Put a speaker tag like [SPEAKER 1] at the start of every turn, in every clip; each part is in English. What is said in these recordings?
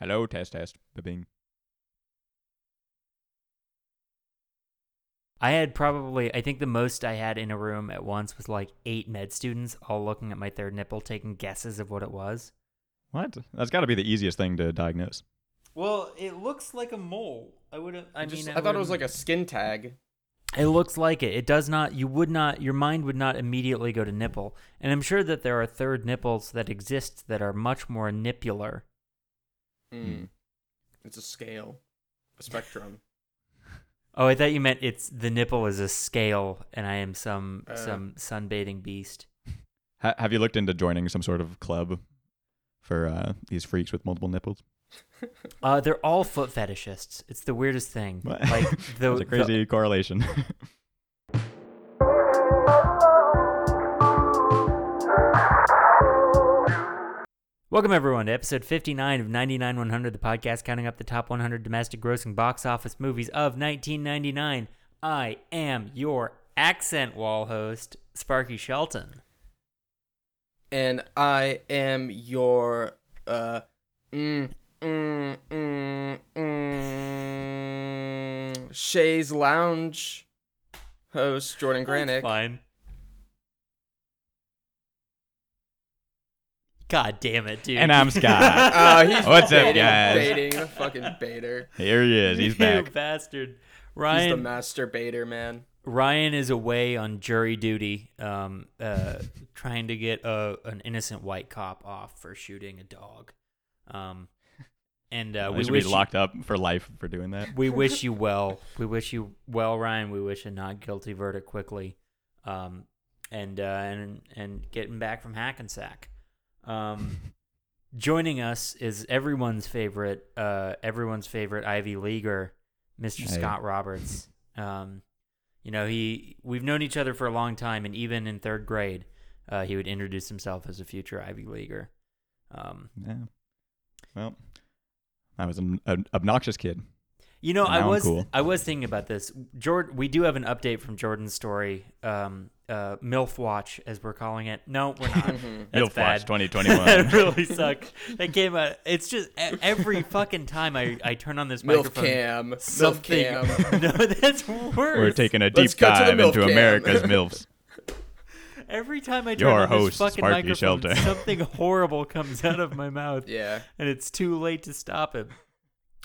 [SPEAKER 1] Hello, test, test. Ba-bing.
[SPEAKER 2] I had probably, I think the most I had in a room at once was like eight med students all looking at my third nipple, taking guesses of what it was.
[SPEAKER 1] What? That's got to be the easiest thing to diagnose.
[SPEAKER 2] Well, it looks like a mole. I would have, I
[SPEAKER 3] Just-
[SPEAKER 2] mean,
[SPEAKER 3] I um, thought it was like
[SPEAKER 2] wouldn't-
[SPEAKER 3] a skin tag.
[SPEAKER 2] It looks like it. It does not, you would not, your mind would not immediately go to nipple. And I'm sure that there are third nipples that exist that are much more nipular.
[SPEAKER 1] Hmm.
[SPEAKER 3] Mm. It's a scale, a spectrum.
[SPEAKER 2] Oh, I thought you meant it's the nipple is a scale and I am some,
[SPEAKER 3] Uh.
[SPEAKER 2] some sunbathing beast.
[SPEAKER 1] Ha- have you looked into joining some sort of club for uh, these freaks with multiple nipples?
[SPEAKER 2] Uh, they're all foot fetishists. It's the weirdest thing.
[SPEAKER 1] What?
[SPEAKER 2] Like the,
[SPEAKER 1] That's a
[SPEAKER 2] the-
[SPEAKER 1] crazy correlation.
[SPEAKER 2] Welcome everyone to episode 59 of 99 100, the podcast counting up the top 100 domestic grossing box office movies of 1999. I am your accent wall host, Sparky Shelton.
[SPEAKER 3] and I am your uh mm, mm, mm, mm, Shays Lounge host Jordan
[SPEAKER 2] That's
[SPEAKER 3] Granick.
[SPEAKER 2] Fine. God damn it, dude.
[SPEAKER 1] and I'm Scott.
[SPEAKER 2] Oh,
[SPEAKER 3] Uh, he's
[SPEAKER 1] What's up,
[SPEAKER 3] baiting,
[SPEAKER 1] guys?
[SPEAKER 3] Baiting the fucking baiter.
[SPEAKER 1] Here he is. He's
[SPEAKER 2] You
[SPEAKER 1] back.
[SPEAKER 2] bastard.
[SPEAKER 3] He's the
[SPEAKER 2] Ryan
[SPEAKER 3] master baiter, man.
[SPEAKER 2] Ryan is away on jury duty, um, uh, trying to get a, an innocent white cop off for shooting a dog. Um, and uh,
[SPEAKER 1] we
[SPEAKER 2] we
[SPEAKER 1] should be
[SPEAKER 2] wish
[SPEAKER 1] locked up for life for doing that.
[SPEAKER 2] we wish you well. We wish you well, Ryan. We wish a not guilty verdict quickly, um, and uh, and and getting back from Hackensack. Um, joining us is everyone's favorite, uh, everyone's favorite Ivy Leaguer, Mr.
[SPEAKER 1] Hey.
[SPEAKER 2] Scott Roberts. Um, you know he we've known each other for a long time, and even in third grade, uh, he would introduce himself as a future Ivy Leaguer. Um,
[SPEAKER 1] Yeah. Well, I was an, an obnoxious kid.
[SPEAKER 2] You know,
[SPEAKER 1] And
[SPEAKER 2] I
[SPEAKER 1] now I'm
[SPEAKER 2] was
[SPEAKER 1] cool.
[SPEAKER 2] I was thinking about this. Jordan, we do have an update from Jordan's story. Um, uh, Milf Watch, as we're calling it. No, we're not.
[SPEAKER 3] Mhm.
[SPEAKER 2] That's
[SPEAKER 1] Milf
[SPEAKER 2] bad.
[SPEAKER 1] Watch 2021.
[SPEAKER 2] that really sucked. That came out. It's just e- every fucking time I, I turn on this
[SPEAKER 3] Milf
[SPEAKER 2] microphone,
[SPEAKER 3] cam. Milf
[SPEAKER 2] something.
[SPEAKER 3] cam.
[SPEAKER 2] um, no, that's worse.
[SPEAKER 1] We're taking a
[SPEAKER 3] Let's
[SPEAKER 1] deep
[SPEAKER 3] cut to the
[SPEAKER 1] dive
[SPEAKER 3] milf
[SPEAKER 1] into
[SPEAKER 3] can.
[SPEAKER 1] America's MILFs.
[SPEAKER 2] every time I turn
[SPEAKER 1] Your
[SPEAKER 2] on
[SPEAKER 1] host,
[SPEAKER 2] this fucking
[SPEAKER 1] Sparky
[SPEAKER 2] microphone,
[SPEAKER 1] Shelton.
[SPEAKER 2] something horrible comes out of my mouth.
[SPEAKER 3] Yeah.
[SPEAKER 2] and it's too late to stop it.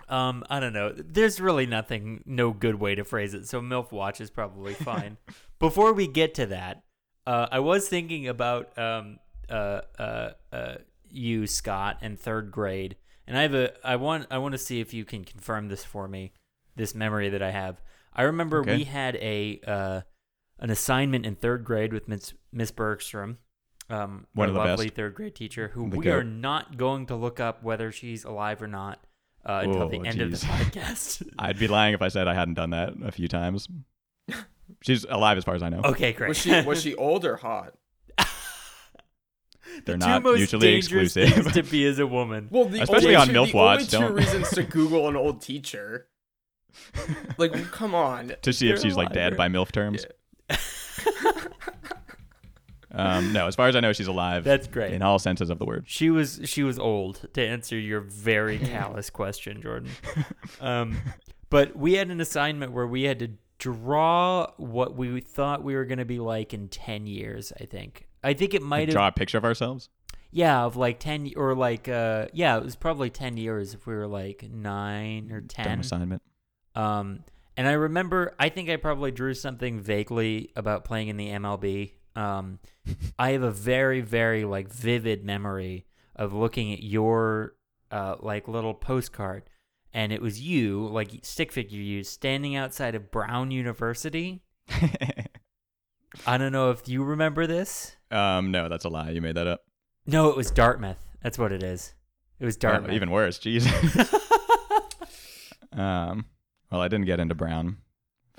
[SPEAKER 2] Um, I don't know. There's really nothing, no good way to phrase it. So MILF watch is probably fine. Before we get to that, uh, I was thinking about um, uh, uh, uh, you, Scott, and third grade, and I have a, I want, I want to see if you can confirm this for me. This memory that I have, I remember
[SPEAKER 1] Okay.
[SPEAKER 2] we had a uh, an assignment in third grade with Miss Miss Bergstrom, um,
[SPEAKER 1] One
[SPEAKER 2] our
[SPEAKER 1] of the
[SPEAKER 2] lovely
[SPEAKER 1] best.
[SPEAKER 2] third grade teacher, who
[SPEAKER 1] The
[SPEAKER 2] we
[SPEAKER 1] goat.
[SPEAKER 2] are not going to look up whether she's alive or not uh, until the
[SPEAKER 1] Whoa,
[SPEAKER 2] end of the
[SPEAKER 1] Oh, jeez.
[SPEAKER 2] podcast.
[SPEAKER 1] I'd be lying if I said I hadn't done that a few times. She's alive as far as I know.
[SPEAKER 2] okay, great.
[SPEAKER 3] Was she was she old or hot?
[SPEAKER 1] They're
[SPEAKER 2] Two
[SPEAKER 1] not
[SPEAKER 2] most
[SPEAKER 1] mutually
[SPEAKER 2] dangerous
[SPEAKER 1] exclusive.
[SPEAKER 2] things to be as a woman.
[SPEAKER 3] Well, the
[SPEAKER 1] Especially
[SPEAKER 3] only
[SPEAKER 1] on Milf
[SPEAKER 3] two, the
[SPEAKER 1] Watch,
[SPEAKER 3] only two
[SPEAKER 1] don't-
[SPEAKER 3] reasons to Google an old teacher. Like, come on.
[SPEAKER 1] to see if
[SPEAKER 2] They're
[SPEAKER 1] she's like
[SPEAKER 2] alive,
[SPEAKER 1] dead by MILF terms.
[SPEAKER 3] Yeah.
[SPEAKER 1] Um, no, as far as I know, she's alive
[SPEAKER 2] That's great.
[SPEAKER 1] in all senses of the word.
[SPEAKER 2] She was she was old to answer your very callous question, Jordan. Um, but we had an assignment where we had to draw what we thought we were going to be like in 10 years, I think. I think it might
[SPEAKER 1] Like,
[SPEAKER 2] have
[SPEAKER 1] draw a picture of ourselves.
[SPEAKER 2] Yeah, of like ten or like uh yeah, it was probably ten years if we were like nine or
[SPEAKER 1] Dumb
[SPEAKER 2] ten.
[SPEAKER 1] assignment.
[SPEAKER 2] Um and I remember I think I probably drew something vaguely about playing in the MLB. Um I have a very, very like vivid memory of looking at your uh like little postcard and it was you, like stick figure you, standing outside of Brown University. I don't know if you remember this.
[SPEAKER 1] um, no, that's a lie. You made that up.
[SPEAKER 2] No, it was Dartmouth. That's what it is. It was
[SPEAKER 1] Or
[SPEAKER 2] Dartmouth.
[SPEAKER 1] even worse. Jeez. um, well, I didn't get into Brown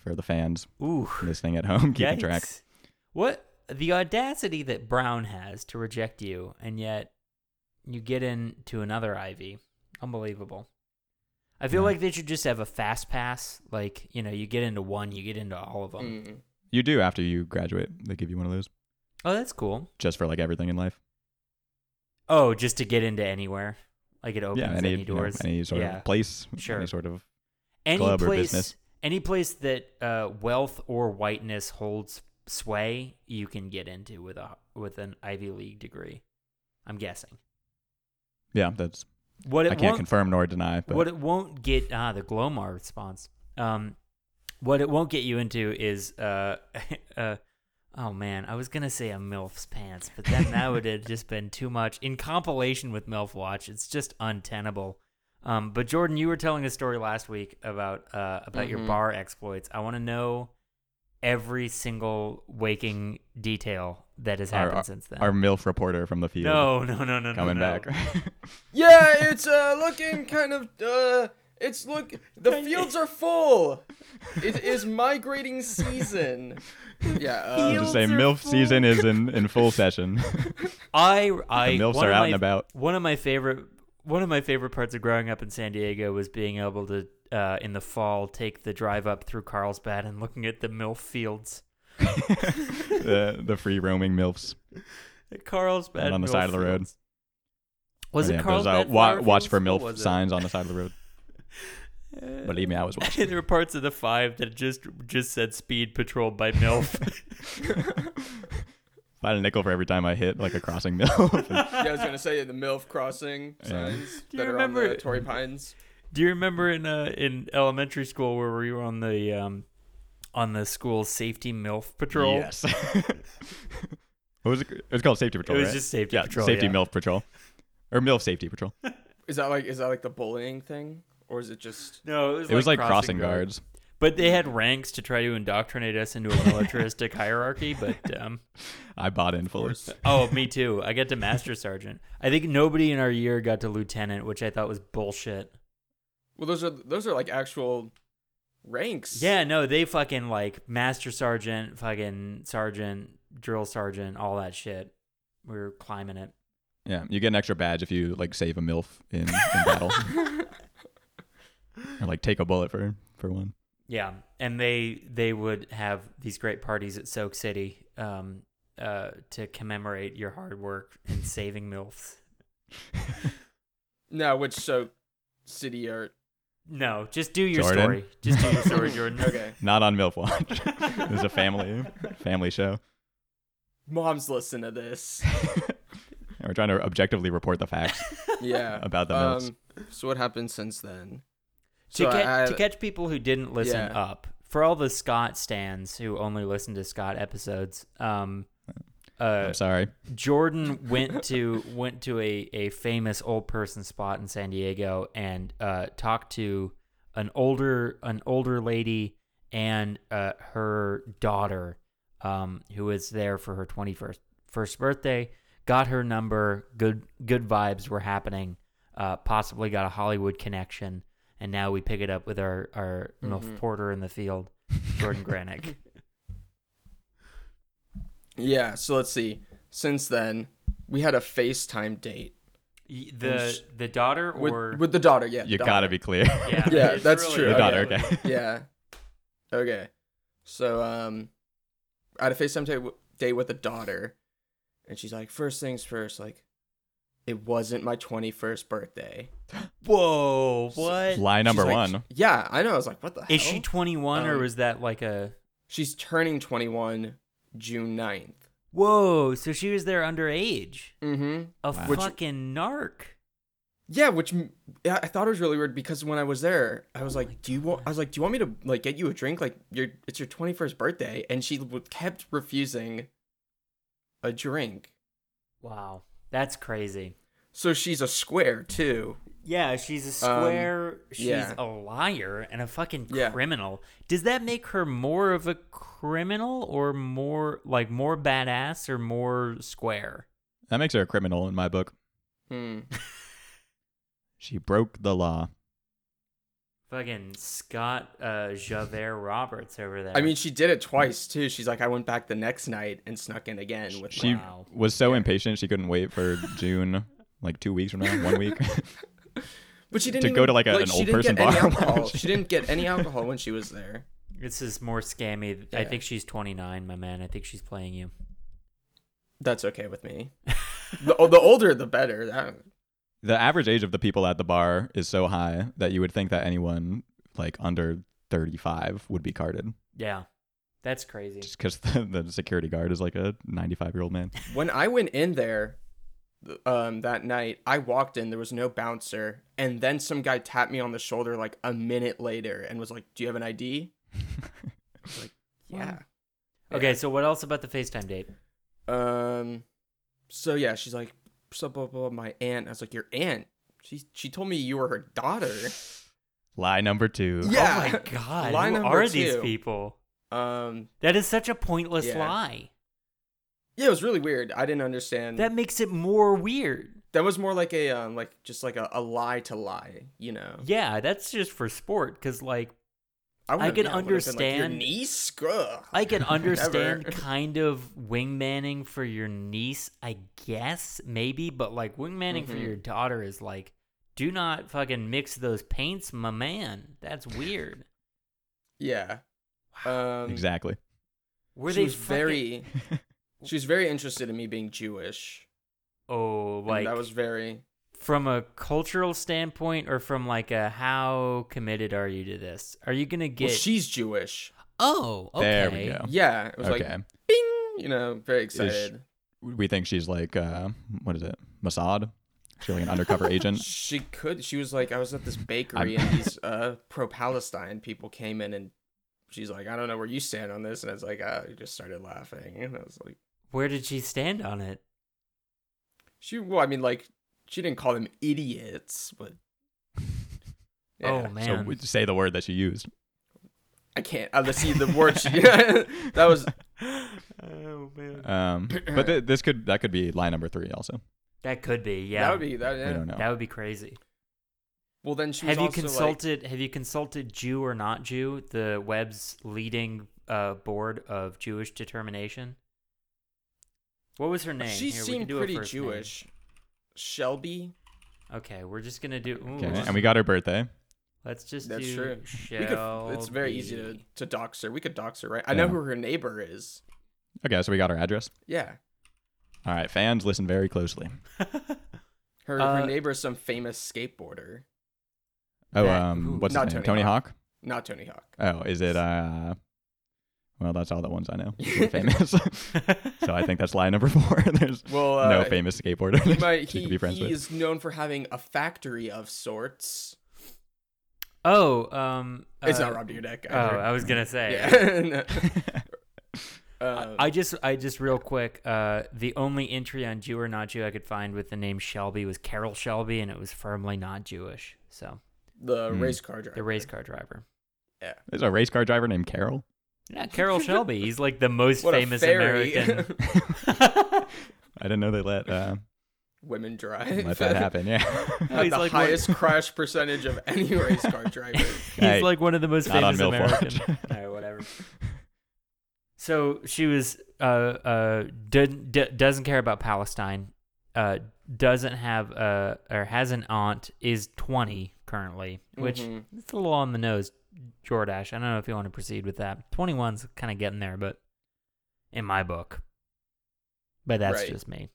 [SPEAKER 1] for the fans
[SPEAKER 2] Ooh.
[SPEAKER 1] listening at home. Keep track.
[SPEAKER 2] Yikes. What the audacity that Brown has to reject you, and yet you get into another Ivy. Unbelievable. I feel
[SPEAKER 1] Yeah.
[SPEAKER 2] like they should just have a fast pass. Like you know, you get into one, you get into all of them.
[SPEAKER 3] Mm.
[SPEAKER 1] You do after you graduate. They give you one of those
[SPEAKER 2] Oh, that's cool.
[SPEAKER 1] just for like everything in life.
[SPEAKER 2] Oh, just to get into anywhere. like it opens
[SPEAKER 1] yeah, any,
[SPEAKER 2] any
[SPEAKER 1] you know,
[SPEAKER 2] doors.
[SPEAKER 1] any sort
[SPEAKER 2] Yeah.
[SPEAKER 1] of place,
[SPEAKER 2] Sure.
[SPEAKER 1] any sort of
[SPEAKER 2] any
[SPEAKER 1] club or
[SPEAKER 2] place,
[SPEAKER 1] business.
[SPEAKER 2] any place that uh, wealth or whiteness holds sway, you can get into with a with an Ivy League degree. I'm guessing.
[SPEAKER 1] yeah. That's
[SPEAKER 2] What it
[SPEAKER 1] I can't
[SPEAKER 2] won't,
[SPEAKER 1] confirm nor deny, but
[SPEAKER 2] what it won't get ah the Glomar response. Um, what it won't get you into is uh, uh, oh man, I was gonna say a milf's pants, but then that would have just been too much. In compilation with milf watch, it's just untenable. Um, but Jordan, you were telling a story last week about uh about your
[SPEAKER 3] Mhm.
[SPEAKER 2] bar exploits. I want to know every single waking detail that has
[SPEAKER 1] Our-
[SPEAKER 2] happened since then.
[SPEAKER 1] our MILF reporter from the field
[SPEAKER 2] no, no, no, no,
[SPEAKER 1] coming
[SPEAKER 2] no, no.
[SPEAKER 1] back.
[SPEAKER 3] Yeah, it's uh looking kind of uh it's look the fields are full. It is migrating season. Yeah, uh,
[SPEAKER 1] Just say
[SPEAKER 2] Fields are
[SPEAKER 1] MILF
[SPEAKER 2] full.
[SPEAKER 1] season is in, in full session.
[SPEAKER 2] I I
[SPEAKER 1] MILFs
[SPEAKER 2] one
[SPEAKER 1] are
[SPEAKER 2] of
[SPEAKER 1] out
[SPEAKER 2] my-
[SPEAKER 1] and about.
[SPEAKER 2] One of my favorite one of my favorite parts of growing up in San Diego was being able to uh, in the fall take the drive up through Carlsbad and looking at the milf fields.
[SPEAKER 1] the the free roaming MILFs.
[SPEAKER 2] At Carlsbad
[SPEAKER 1] Out on the
[SPEAKER 2] milf
[SPEAKER 1] side of the road.
[SPEAKER 2] fields. Was
[SPEAKER 1] Oh,
[SPEAKER 2] it
[SPEAKER 1] yeah, those, uh,
[SPEAKER 2] Carlsbad?
[SPEAKER 1] wa-
[SPEAKER 2] flower
[SPEAKER 1] watch
[SPEAKER 2] fields?
[SPEAKER 1] for
[SPEAKER 2] What
[SPEAKER 1] MILF
[SPEAKER 2] was it?
[SPEAKER 1] signs on the side of the road. Believe me, I was watching.
[SPEAKER 2] Eh. there were parts of the five that just just said speed patrol by milf.
[SPEAKER 1] I had a nickel for every time I hit like a crossing MILF.
[SPEAKER 3] yeah, I was gonna say the MILF crossing
[SPEAKER 1] Yeah.
[SPEAKER 3] signs
[SPEAKER 2] Do you
[SPEAKER 3] that are
[SPEAKER 2] remember-
[SPEAKER 3] on the Torrey Pines.
[SPEAKER 2] Do you remember in uh, in elementary school where we were on the um, on the school safety milf patrol?
[SPEAKER 1] Yes. what was it? It was called Safety
[SPEAKER 2] It
[SPEAKER 1] Patrol.
[SPEAKER 2] was
[SPEAKER 1] right?
[SPEAKER 2] just safety
[SPEAKER 1] yeah,
[SPEAKER 2] patrol.
[SPEAKER 1] Safety
[SPEAKER 2] yeah.
[SPEAKER 1] MILF Patrol, or MILF Safety Patrol.
[SPEAKER 3] Is that like is that like the bullying thing, or is it just?
[SPEAKER 2] No, it was,
[SPEAKER 1] It was like crossing,
[SPEAKER 2] guard.
[SPEAKER 1] guards.
[SPEAKER 2] But they had ranks to try to indoctrinate us into a militaristic hierarchy. But um,
[SPEAKER 1] I bought in fully.
[SPEAKER 2] oh, me too. I got to master sergeant. I think nobody in our year got to lieutenant, which I thought was bullshit.
[SPEAKER 3] Well, those are those are like actual ranks.
[SPEAKER 2] Yeah, no, they fucking like master sergeant, fucking sergeant, drill sergeant, all that shit. We were climbing it.
[SPEAKER 1] Yeah, you get an extra badge if you like save a MILF in, in battle, or like take a bullet for for one.
[SPEAKER 2] Yeah, and they they would have these great parties at Soak City um, uh, to commemorate your hard work in saving milfs.
[SPEAKER 3] No, which so city are
[SPEAKER 2] No, just do your
[SPEAKER 1] Jordan?
[SPEAKER 2] story. Just do your story, Jordan.
[SPEAKER 3] okay.
[SPEAKER 1] Not on MILF Watch. it was a family family show.
[SPEAKER 3] Moms listen to this.
[SPEAKER 1] And we're trying to objectively report the facts
[SPEAKER 3] Yeah.
[SPEAKER 1] about the MILFs.
[SPEAKER 3] Um, so what happened since then?
[SPEAKER 2] to,
[SPEAKER 3] So
[SPEAKER 2] ca-
[SPEAKER 3] I-
[SPEAKER 2] to catch people who didn't listen
[SPEAKER 3] Yeah.
[SPEAKER 2] up for all the scott stands who only listen to scott episodes um uh
[SPEAKER 1] I'm sorry.
[SPEAKER 2] jordan went to went to a a famous old person spot in san diego and uh talked to an older an older lady and uh her daughter um who was there for her 21st first birthday got her number good good vibes were happening uh possibly got a hollywood connection and now we pick it up with our our
[SPEAKER 3] Mhm.
[SPEAKER 2] milf porter in the field jordan granick
[SPEAKER 3] Yeah. So let's see. Since then, we had a FaceTime date
[SPEAKER 2] Y-
[SPEAKER 3] And
[SPEAKER 2] the
[SPEAKER 3] sh-
[SPEAKER 2] the daughter
[SPEAKER 3] with,
[SPEAKER 2] or
[SPEAKER 3] with the daughter. Yeah.
[SPEAKER 1] You
[SPEAKER 3] daughter.
[SPEAKER 1] gotta be clear.
[SPEAKER 2] yeah,
[SPEAKER 3] Yeah,
[SPEAKER 2] it's
[SPEAKER 3] that's true.
[SPEAKER 1] the
[SPEAKER 3] Okay.
[SPEAKER 1] daughter. Okay.
[SPEAKER 3] yeah. Okay. So um, I had a FaceTime day, day with a daughter, and she's like, first things first, like, it wasn't my twenty first birthday.
[SPEAKER 2] Whoa, what?
[SPEAKER 1] Lie number
[SPEAKER 3] She's like-
[SPEAKER 1] one.
[SPEAKER 3] Yeah, I know. I was like, what the hell?
[SPEAKER 2] Is she 21 or
[SPEAKER 3] Um,
[SPEAKER 2] was that like a
[SPEAKER 3] She's turning twenty one June 9th.
[SPEAKER 2] Whoa, so she was there underage.
[SPEAKER 3] Mm-hmm.
[SPEAKER 2] A
[SPEAKER 1] Wow.
[SPEAKER 3] Which-
[SPEAKER 2] fucking narc.
[SPEAKER 3] Yeah, which m- yeah, I thought it was really weird because when I was there, I was like, "Do you want?" I was like, "Do you want me to like get you a drink? Like, your it's your twenty first birthday," and she w- kept refusing a drink.
[SPEAKER 2] Wow. That's crazy.
[SPEAKER 3] So she's a square too.
[SPEAKER 2] Yeah, she's a
[SPEAKER 3] Um,
[SPEAKER 2] square, she's
[SPEAKER 3] yeah.
[SPEAKER 2] a liar and a fucking
[SPEAKER 3] Yeah.
[SPEAKER 2] criminal. Does that make her more of a criminal or more like more badass or more square?
[SPEAKER 1] That makes her a criminal in my book.
[SPEAKER 3] Hmm.
[SPEAKER 1] She broke the law.
[SPEAKER 2] Fucking Scott uh, Javert Roberts over there.
[SPEAKER 3] I mean, she did it twice too. She's like, "I went back the next night and snuck in again." With
[SPEAKER 1] She
[SPEAKER 3] she,
[SPEAKER 2] Wow.
[SPEAKER 1] was so impatient she couldn't wait for June, like two weeks from now, one week.
[SPEAKER 3] but she didn't
[SPEAKER 1] to
[SPEAKER 3] even,
[SPEAKER 1] go to, like, a- an
[SPEAKER 3] she
[SPEAKER 1] old
[SPEAKER 3] didn't
[SPEAKER 1] person
[SPEAKER 3] get any
[SPEAKER 1] bar.
[SPEAKER 3] alcohol. she didn't get any alcohol when she was there.
[SPEAKER 2] this is more scammy. I
[SPEAKER 3] Yeah.
[SPEAKER 2] think she's 29, my man. I think she's playing you.
[SPEAKER 3] That's okay with me. The, oh, the older, the better. That,
[SPEAKER 1] the average age of the people at the bar is so high that you would think that anyone like under 35 would be carded
[SPEAKER 2] Yeah. That's crazy.
[SPEAKER 1] just because the, the security guard is like a 95 year old man.
[SPEAKER 3] When I went in there th- um, that night, I walked in, there was no bouncer, and then some guy tapped me on the shoulder like a minute later and was like, Do you have an ID? I was like, yeah.
[SPEAKER 2] Okay, so what else about the FaceTime date?
[SPEAKER 3] Um, so yeah, she's like, blah, blah, blah, my aunt. I was like, Your aunt? She, she told me you were her daughter.
[SPEAKER 1] Lie number two.
[SPEAKER 3] Yeah.
[SPEAKER 2] Oh my god.
[SPEAKER 3] Lie
[SPEAKER 2] who
[SPEAKER 3] number
[SPEAKER 2] are these
[SPEAKER 3] two.
[SPEAKER 2] people?
[SPEAKER 3] Um,
[SPEAKER 2] That is such a pointless
[SPEAKER 3] Yeah.
[SPEAKER 2] lie.
[SPEAKER 3] yeah, it was really weird. I didn't understand.
[SPEAKER 2] That makes it more weird.
[SPEAKER 3] that was more like a um, like just like a, a lie to lie, you know.
[SPEAKER 2] Yeah, that's just for sport cuz like
[SPEAKER 3] would've-
[SPEAKER 2] can
[SPEAKER 3] yeah, would've been like,
[SPEAKER 2] understand-
[SPEAKER 3] your niece. Ugh.
[SPEAKER 2] I can understand
[SPEAKER 3] Never.
[SPEAKER 2] kind of wingmanning for your niece, I guess, maybe, but like wingmanning for
[SPEAKER 3] Mhm.
[SPEAKER 2] your daughter is like do not fucking mix those paints, my man. That's weird.
[SPEAKER 3] Yeah. Um,
[SPEAKER 1] Exactly.
[SPEAKER 2] Were
[SPEAKER 3] she
[SPEAKER 2] they
[SPEAKER 3] was
[SPEAKER 2] fucking-
[SPEAKER 3] very. She was very interested in me being Jewish.
[SPEAKER 2] Oh,
[SPEAKER 3] Like
[SPEAKER 2] like
[SPEAKER 3] that was very.
[SPEAKER 2] from a cultural standpoint or from like a how committed are you to this? Are you gonna get?
[SPEAKER 3] Well, she's Jewish.
[SPEAKER 2] oh, okay.
[SPEAKER 1] There we go.
[SPEAKER 3] Yeah, it was
[SPEAKER 1] okay.
[SPEAKER 3] like bing. You know, very excited.
[SPEAKER 1] we think she's like, uh, what is it? Mossad? She's like an undercover agent.
[SPEAKER 3] She could. She was like, I was at this bakery and these uh, pro-Palestine people came in and she's like, I don't know where you stand on this, and I was like, uh, I just started laughing, and I was like,
[SPEAKER 2] Where did she stand on it?
[SPEAKER 3] she. Well, I mean, like she didn't call them idiots, but.
[SPEAKER 2] Oh
[SPEAKER 3] Yeah.
[SPEAKER 1] So
[SPEAKER 2] man,
[SPEAKER 1] we say the word that she used.
[SPEAKER 3] I can't. Unless see the word she. that was
[SPEAKER 2] oh man,
[SPEAKER 1] Um, but th- this could that could be line number three also.
[SPEAKER 2] that could be. Yeah,
[SPEAKER 3] That would be that.
[SPEAKER 1] We
[SPEAKER 3] Yeah.
[SPEAKER 1] don't know.
[SPEAKER 2] That would be crazy.
[SPEAKER 3] Well, then she was
[SPEAKER 2] Have you
[SPEAKER 3] also, like-
[SPEAKER 2] consulted? have you consulted Jew or not Jew, the web's leading uh, board of Jewish determination? What was her name?
[SPEAKER 3] She
[SPEAKER 2] Here, we can
[SPEAKER 3] seemed
[SPEAKER 2] do a
[SPEAKER 3] pretty
[SPEAKER 2] first name.
[SPEAKER 3] Jewish. Shelby.
[SPEAKER 2] Okay, we're just gonna do. ooh,
[SPEAKER 1] Okay.
[SPEAKER 2] let's
[SPEAKER 1] And we got her birthday.
[SPEAKER 2] Let's just
[SPEAKER 3] That's
[SPEAKER 2] do
[SPEAKER 3] true. We
[SPEAKER 2] Shall
[SPEAKER 3] could, it's very easy to,
[SPEAKER 2] be.
[SPEAKER 3] to dox her. We could dox her, right? I know
[SPEAKER 1] Yeah.
[SPEAKER 3] who her neighbor is.
[SPEAKER 1] Okay. So we got her address.
[SPEAKER 3] Yeah.
[SPEAKER 1] All right. Fans, listen very closely.
[SPEAKER 3] Her,
[SPEAKER 2] Uh,
[SPEAKER 3] her neighbor is some famous skateboarder.
[SPEAKER 1] Oh,
[SPEAKER 2] That- who-
[SPEAKER 1] um, what's
[SPEAKER 3] Not
[SPEAKER 1] his name?
[SPEAKER 3] Tony
[SPEAKER 1] Tony Hawk.
[SPEAKER 3] Not Tony Hawk.
[SPEAKER 1] Oh, is it? Uh, well, that's all the ones I know. who are famous. so I think that's line number four. There's
[SPEAKER 3] Well, uh,
[SPEAKER 1] no famous skateboarder.
[SPEAKER 3] He,
[SPEAKER 1] that
[SPEAKER 3] might,
[SPEAKER 1] she
[SPEAKER 3] he,
[SPEAKER 1] could be friends
[SPEAKER 3] he
[SPEAKER 1] with.
[SPEAKER 3] is known for having a factory of sorts.
[SPEAKER 2] Oh, um,
[SPEAKER 3] It's
[SPEAKER 2] uh,
[SPEAKER 3] not Rob Dyrdek.
[SPEAKER 2] Oh, I was gonna say. Uh,
[SPEAKER 3] yeah. No. Um,
[SPEAKER 2] I just, I just real quick. Uh, the only entry on Jew or not Jew I could find with the name Shelby was Carol Shelby, and it was firmly not Jewish. So
[SPEAKER 3] the
[SPEAKER 1] Hmm.
[SPEAKER 3] race car driver.
[SPEAKER 2] the race car driver,
[SPEAKER 1] There's a race car driver named Carol.
[SPEAKER 2] yeah, Carol Shelby. He's like the most
[SPEAKER 3] What
[SPEAKER 2] famous
[SPEAKER 3] a fairy.
[SPEAKER 2] American.
[SPEAKER 1] I didn't know they let uh,
[SPEAKER 3] Women drive.
[SPEAKER 1] let that happen. Yeah,
[SPEAKER 2] No, he's
[SPEAKER 3] the
[SPEAKER 2] like one-
[SPEAKER 3] highest crash percentage of any race car driver.
[SPEAKER 2] He's
[SPEAKER 1] Hey,
[SPEAKER 2] like one of the most
[SPEAKER 1] not on
[SPEAKER 2] famous
[SPEAKER 1] Milford.
[SPEAKER 2] American. no, whatever. So she was uh uh d- d- doesn't care about Palestine, uh doesn't have uh or has an aunt is twenty currently, which
[SPEAKER 3] Mhm.
[SPEAKER 2] it's a little on the nose. Jordash, I don't know if you want to proceed with that. Twenty one's kind of getting there, but in my book, but that's
[SPEAKER 3] Right.
[SPEAKER 2] just me.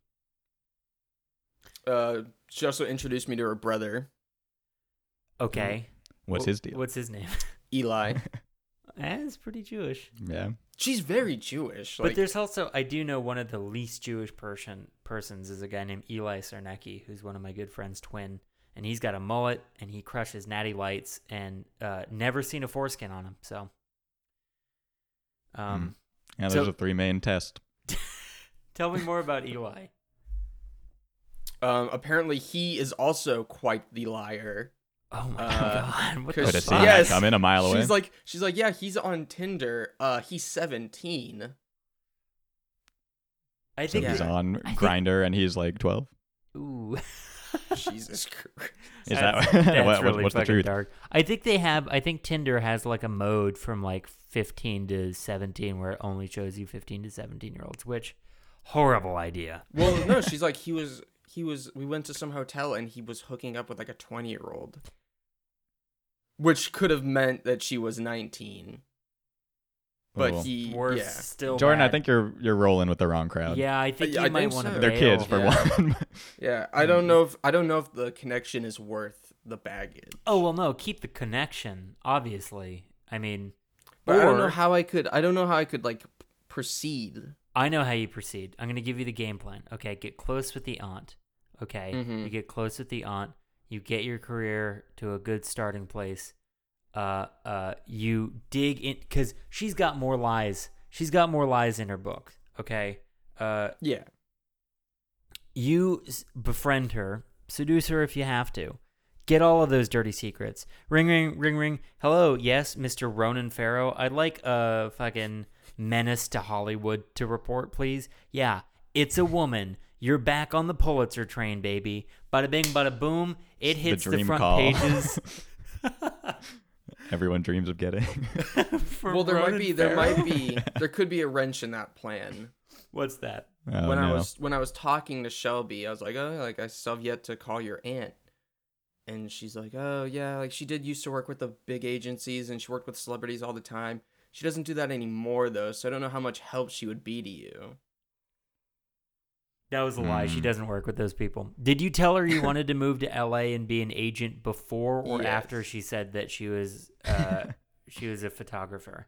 [SPEAKER 3] Uh, she also introduced me to her brother,
[SPEAKER 2] Okay,
[SPEAKER 1] What's
[SPEAKER 2] Wh-
[SPEAKER 1] his deal?
[SPEAKER 2] What's his name?
[SPEAKER 3] Eli.
[SPEAKER 2] That's pretty Jewish.
[SPEAKER 1] Yeah,
[SPEAKER 3] She's very Jewish.
[SPEAKER 2] But
[SPEAKER 3] Like,
[SPEAKER 2] there's also I do know one of the least Jewish person persons is a guy named Eli Sarnecki, who's one of my good friend's twin, and he's got a mullet and he crushes natty lights and uh, never seen a foreskin on him. So, um,
[SPEAKER 1] yeah. There's
[SPEAKER 2] So-
[SPEAKER 1] a three main test.
[SPEAKER 2] tell me more about Eli.
[SPEAKER 3] um, apparently he is also quite the liar.
[SPEAKER 2] Oh my
[SPEAKER 3] Uh,
[SPEAKER 2] god! What the
[SPEAKER 1] Could
[SPEAKER 3] Could have
[SPEAKER 1] have
[SPEAKER 2] fuck?
[SPEAKER 1] seen
[SPEAKER 3] Yes.
[SPEAKER 1] that coming a mile away.
[SPEAKER 3] She's like, she's like, yeah, he's on Tinder. Uh, he's seventeen.
[SPEAKER 2] I
[SPEAKER 1] so
[SPEAKER 2] think.
[SPEAKER 1] he's
[SPEAKER 3] yeah.
[SPEAKER 1] on
[SPEAKER 2] think-
[SPEAKER 1] Grinder and he's like 12.
[SPEAKER 2] Ooh.
[SPEAKER 3] Jesus Christ.
[SPEAKER 1] Is
[SPEAKER 2] That's-
[SPEAKER 1] that
[SPEAKER 2] that's
[SPEAKER 1] what, what-
[SPEAKER 2] really
[SPEAKER 1] what's the
[SPEAKER 2] fucking
[SPEAKER 1] truth?
[SPEAKER 2] Dark. I think they have. I think Tinder has like a mode from like 15 to 17 where it only shows you 15 to 17 year olds, which horrible idea.
[SPEAKER 3] Well, no, she's like, he was, he was. We went to some hotel and he was hooking up with like a twenty-year-old, which could have meant that she was nineteen. but
[SPEAKER 1] Oh, Well,
[SPEAKER 3] he
[SPEAKER 2] We're
[SPEAKER 3] yeah.
[SPEAKER 2] still
[SPEAKER 1] Jordan, I
[SPEAKER 2] mad.
[SPEAKER 1] think you're you're rolling with the wrong crowd.
[SPEAKER 2] Yeah, I think you
[SPEAKER 3] I- I
[SPEAKER 2] might
[SPEAKER 3] think
[SPEAKER 2] want to.
[SPEAKER 3] so.
[SPEAKER 1] They're kids for
[SPEAKER 3] Yeah.
[SPEAKER 1] one.
[SPEAKER 3] Yeah, I don't know if I don't know if the connection is worth the baggage.
[SPEAKER 2] Oh well, no, keep the connection. Obviously, I mean,
[SPEAKER 3] But I don't know
[SPEAKER 2] or-
[SPEAKER 3] how I could. I don't know how I could like proceed.
[SPEAKER 2] I know how you proceed. I'm going to give you the game plan. Okay, get close with the aunt. Okay,
[SPEAKER 3] Mhm.
[SPEAKER 2] you get close with the aunt. You get your career to a good starting place. Uh, uh, you dig in because she's got more lies. She's got more lies in her book. Okay, uh,
[SPEAKER 3] Yeah,
[SPEAKER 2] you s- befriend her, seduce her if you have to. Get all of those dirty secrets. Ring, ring, ring, ring. Hello, yes, Mr. Ronan Farrow. I'd like a fucking menace to Hollywood to report, please. Yeah, it's a woman. You're back on the Pulitzer train, baby. Bada bing, bada boom. It hits the,
[SPEAKER 1] dream
[SPEAKER 2] front
[SPEAKER 1] call.
[SPEAKER 2] pages.
[SPEAKER 1] Everyone dreams of getting.
[SPEAKER 2] for
[SPEAKER 3] well, there
[SPEAKER 2] Ronan
[SPEAKER 3] might be, there
[SPEAKER 2] Farrow.
[SPEAKER 3] might be, there could be a wrench in that plan.
[SPEAKER 2] What's that?
[SPEAKER 1] Oh,
[SPEAKER 3] when I
[SPEAKER 1] no.
[SPEAKER 3] was when I was talking to Shelby, I was like, oh, like I still have yet to call your aunt, and she's like, oh yeah, like she did used to work with the big agencies and she worked with celebrities all the time. She doesn't do that anymore though, so I don't know how much help she would be to you.
[SPEAKER 2] That was a lie. She
[SPEAKER 1] Hmm.
[SPEAKER 2] doesn't work with those people. Did you tell her you wanted to move to LA and be an agent before or
[SPEAKER 3] Yes.
[SPEAKER 2] after she said that she was uh, she was a photographer?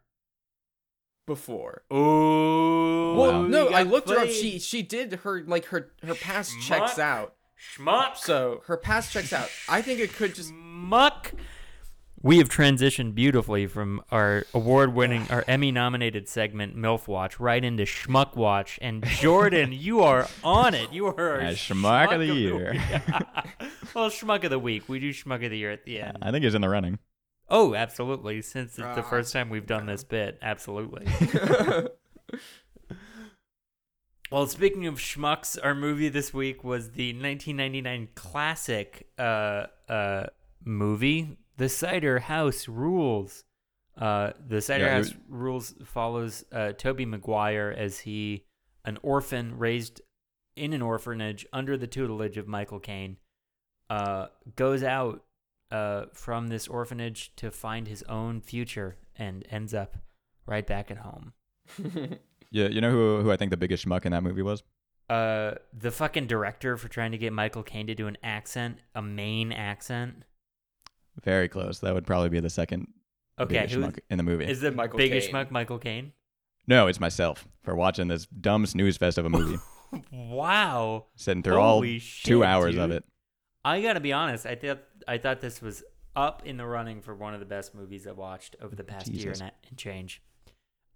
[SPEAKER 3] Before,
[SPEAKER 2] Oh,
[SPEAKER 1] Well,
[SPEAKER 3] well, no, I looked her up. She she did her like her her past checks
[SPEAKER 2] Schmuck.
[SPEAKER 3] out.
[SPEAKER 2] schmuck
[SPEAKER 3] So her past checks out. I think it could just
[SPEAKER 2] schmuck. We have transitioned beautifully from our award-winning, our Emmy-nominated segment MILF Watch right into Schmuck Watch, and Jordan, you are on it. You are our
[SPEAKER 1] Yeah, Schmuck of the Year.
[SPEAKER 2] well, Schmuck of the Week. We do Schmuck of the Year at the end.
[SPEAKER 1] I think he's in the running.
[SPEAKER 2] Oh, absolutely. Since it's the
[SPEAKER 3] Ah,
[SPEAKER 2] first time we've done this bit, absolutely. well, speaking of schmucks, our movie this week was the 1999 classic uh, uh, movie, The Cider House Rules. Uh, the Cider
[SPEAKER 1] Yeah, it
[SPEAKER 2] House
[SPEAKER 1] was-
[SPEAKER 2] Rules follows uh, Toby Maguire as he, an orphan raised in an orphanage under the tutelage of Michael Caine, uh, goes out uh, from this orphanage to find his own future and ends up right back at home.
[SPEAKER 1] Yeah, you know who who I think the biggest schmuck in that movie was?
[SPEAKER 2] Uh, the fucking director for trying to get Michael Caine to do an accent, a Maine accent.
[SPEAKER 1] Very close. That would probably be the second
[SPEAKER 2] Okay,
[SPEAKER 1] biggest
[SPEAKER 2] who
[SPEAKER 1] schmuck in the movie.
[SPEAKER 2] is the
[SPEAKER 3] Michael
[SPEAKER 2] biggest
[SPEAKER 3] Caine.
[SPEAKER 2] schmuck? Michael Caine.
[SPEAKER 1] no, it's myself for watching this dumb snooze fest of a movie,
[SPEAKER 2] Wow.
[SPEAKER 1] sitting through all
[SPEAKER 2] Holy shit,
[SPEAKER 1] two hours of
[SPEAKER 2] dude.
[SPEAKER 1] it.
[SPEAKER 2] I gotta be honest. I thought I thought this was up in the running for one of the best movies I watched over the past year
[SPEAKER 1] Jesus.
[SPEAKER 2] and, a- and change.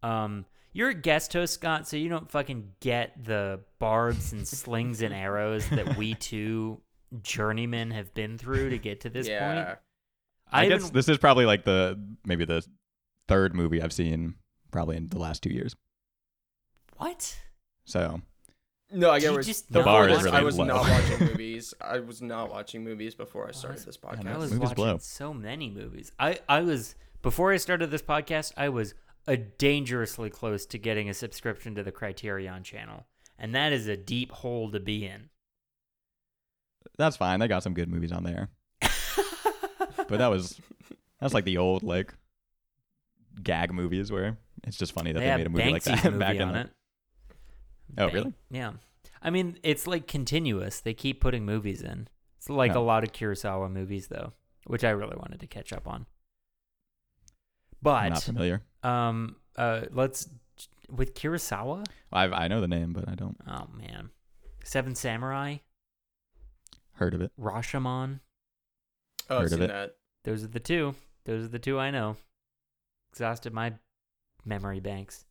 [SPEAKER 2] Um, you're a guest host, Scott, so you don't fucking get the barbs and slings and arrows that we two journeymen have been through to get to this point.
[SPEAKER 1] I, guess
[SPEAKER 2] even-
[SPEAKER 1] this is probably like the maybe the third movie I've seen probably in the last two years.
[SPEAKER 2] what
[SPEAKER 1] So
[SPEAKER 3] No, I
[SPEAKER 2] You
[SPEAKER 3] get where
[SPEAKER 2] just
[SPEAKER 1] The bar
[SPEAKER 3] I
[SPEAKER 1] is
[SPEAKER 3] was-
[SPEAKER 1] really
[SPEAKER 3] I was
[SPEAKER 1] low.
[SPEAKER 3] not watching movies. I was not watching movies before I started this
[SPEAKER 1] man, that
[SPEAKER 2] I
[SPEAKER 1] Yes.
[SPEAKER 2] was
[SPEAKER 1] Movies
[SPEAKER 3] podcast.
[SPEAKER 2] watching
[SPEAKER 1] blow.
[SPEAKER 2] so many movies. I, I was before I started this podcast, I was a dangerously close to getting a subscription to the Criterion channel. And that is a deep hole to be in.
[SPEAKER 1] that's fine. They got some good movies on there, but that was that's like the old like gag movies where it's just funny that they,
[SPEAKER 2] had
[SPEAKER 1] made a movie like
[SPEAKER 2] Banksy's
[SPEAKER 1] that back
[SPEAKER 2] movie
[SPEAKER 1] in
[SPEAKER 2] on
[SPEAKER 1] the,
[SPEAKER 2] it.
[SPEAKER 1] Oh,
[SPEAKER 2] Bank-
[SPEAKER 1] really?
[SPEAKER 2] Yeah. I mean, it's like continuous. They keep putting movies in. It's like
[SPEAKER 1] Yeah.
[SPEAKER 2] a lot of Kurosawa movies, though, which I really wanted to catch up on. But
[SPEAKER 1] I'm not familiar.
[SPEAKER 2] um, uh, let's with Kurosawa.
[SPEAKER 1] I've, I know the name, but I don't
[SPEAKER 2] Oh man, Seven Samurai,
[SPEAKER 1] heard of it.
[SPEAKER 2] Rashomon.
[SPEAKER 3] Oh, I've
[SPEAKER 1] Heard of
[SPEAKER 3] seen
[SPEAKER 1] it.
[SPEAKER 3] that.
[SPEAKER 2] Those are the two. Those are the two I know. Exhausted my memory banks.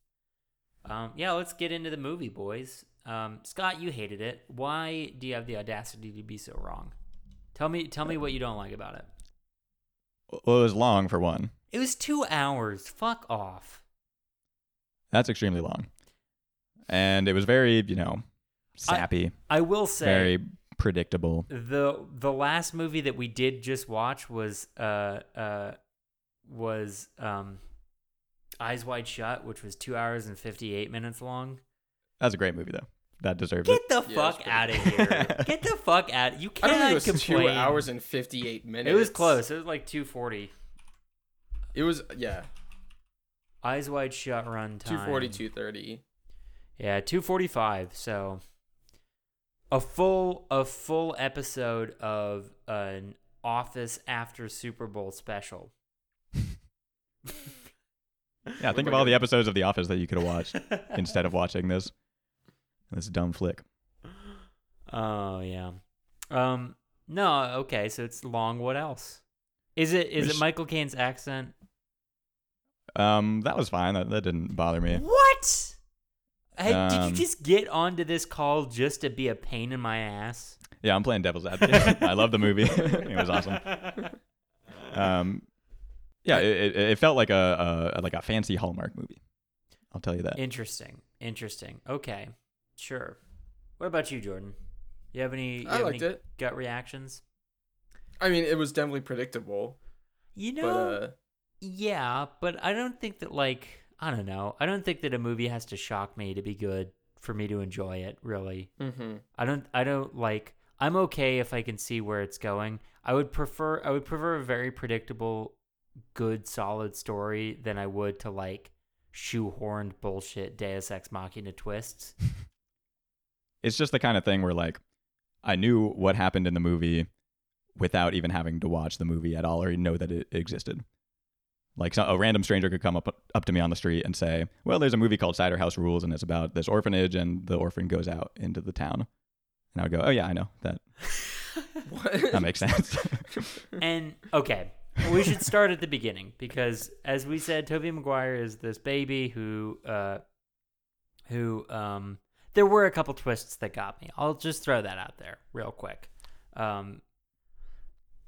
[SPEAKER 2] Um, yeah, let's get into the movie, boys. Um, Scott, you hated it. Why do you have the audacity to be so wrong? Tell me, tell me what you don't like about it.
[SPEAKER 1] Well, it was long for one.
[SPEAKER 2] It was two hours. Fuck off.
[SPEAKER 1] That's extremely long, and it was very you know sappy,
[SPEAKER 2] I will say
[SPEAKER 1] very predictable.
[SPEAKER 2] the the last movie that we did just watch was uh uh was um Eyes Wide Shut, which was two hours and fifty eight minutes long.
[SPEAKER 1] That's a great movie though. That deserved it.
[SPEAKER 2] Get the
[SPEAKER 3] Yeah,
[SPEAKER 2] fuck
[SPEAKER 3] it's
[SPEAKER 2] out of
[SPEAKER 1] pretty
[SPEAKER 2] here.
[SPEAKER 1] good.
[SPEAKER 2] Get the fuck out. You
[SPEAKER 3] I
[SPEAKER 2] cannot
[SPEAKER 3] don't think it was
[SPEAKER 2] complain.
[SPEAKER 3] two hours and fifty-eight minutes.
[SPEAKER 2] It was close. It was like 240.
[SPEAKER 3] It was yeah.
[SPEAKER 2] Eyes wide shut run time.
[SPEAKER 3] 240, 230.
[SPEAKER 2] Yeah, 245. So a full a full episode of an office after Super Bowl special.
[SPEAKER 1] Yeah, think of all the episodes of The Office that you could have watched instead of watching this this dumb flick.
[SPEAKER 2] Oh yeah. Um no, okay, so it's long what else? Is it is it
[SPEAKER 1] Miss-
[SPEAKER 2] Michael Caine's accent?
[SPEAKER 1] Um, that was fine. That, that didn't bother me.
[SPEAKER 2] What? Hey, did
[SPEAKER 1] Um,
[SPEAKER 2] you just get onto this call just to be a pain in my ass?
[SPEAKER 1] Yeah, I'm playing devil's advocate. I love the movie. it was awesome. Um, yeah, it, it, it felt like a, a like a fancy Hallmark movie. I'll tell you that.
[SPEAKER 2] Interesting. Interesting. Okay. Sure. What about you, Jordan? You have any, you
[SPEAKER 3] I
[SPEAKER 2] have
[SPEAKER 3] liked
[SPEAKER 2] any
[SPEAKER 3] it.
[SPEAKER 2] gut reactions?
[SPEAKER 3] I mean, it was definitely predictable,
[SPEAKER 2] You
[SPEAKER 3] but
[SPEAKER 2] know,
[SPEAKER 3] uh,
[SPEAKER 2] yeah, but I don't think that like I don't know. I don't think that a movie has to shock me to be good for me to enjoy it, really.
[SPEAKER 3] mhm.
[SPEAKER 2] I don't I don't like I'm okay if I can see where it's going. I would prefer I would prefer a very predictable good solid story than I would to like shoehorned bullshit Deus Ex Machina twists.
[SPEAKER 1] It's just the kind of thing where like I knew what happened in the movie without even having to watch the movie at all or know that it existed. Like so, a random stranger could come up up to me on the street and say, "Well, there's a movie called Cider House Rules, and it's about this orphanage, and the orphan goes out into the town." And I would go, "Oh yeah, I know that.
[SPEAKER 3] What?
[SPEAKER 1] That makes sense."
[SPEAKER 2] And okay, we should start at the beginning because, as we said, Toby Maguire is this baby who, uh, who, um, there were a couple twists that got me. I'll just throw that out there real quick. Um,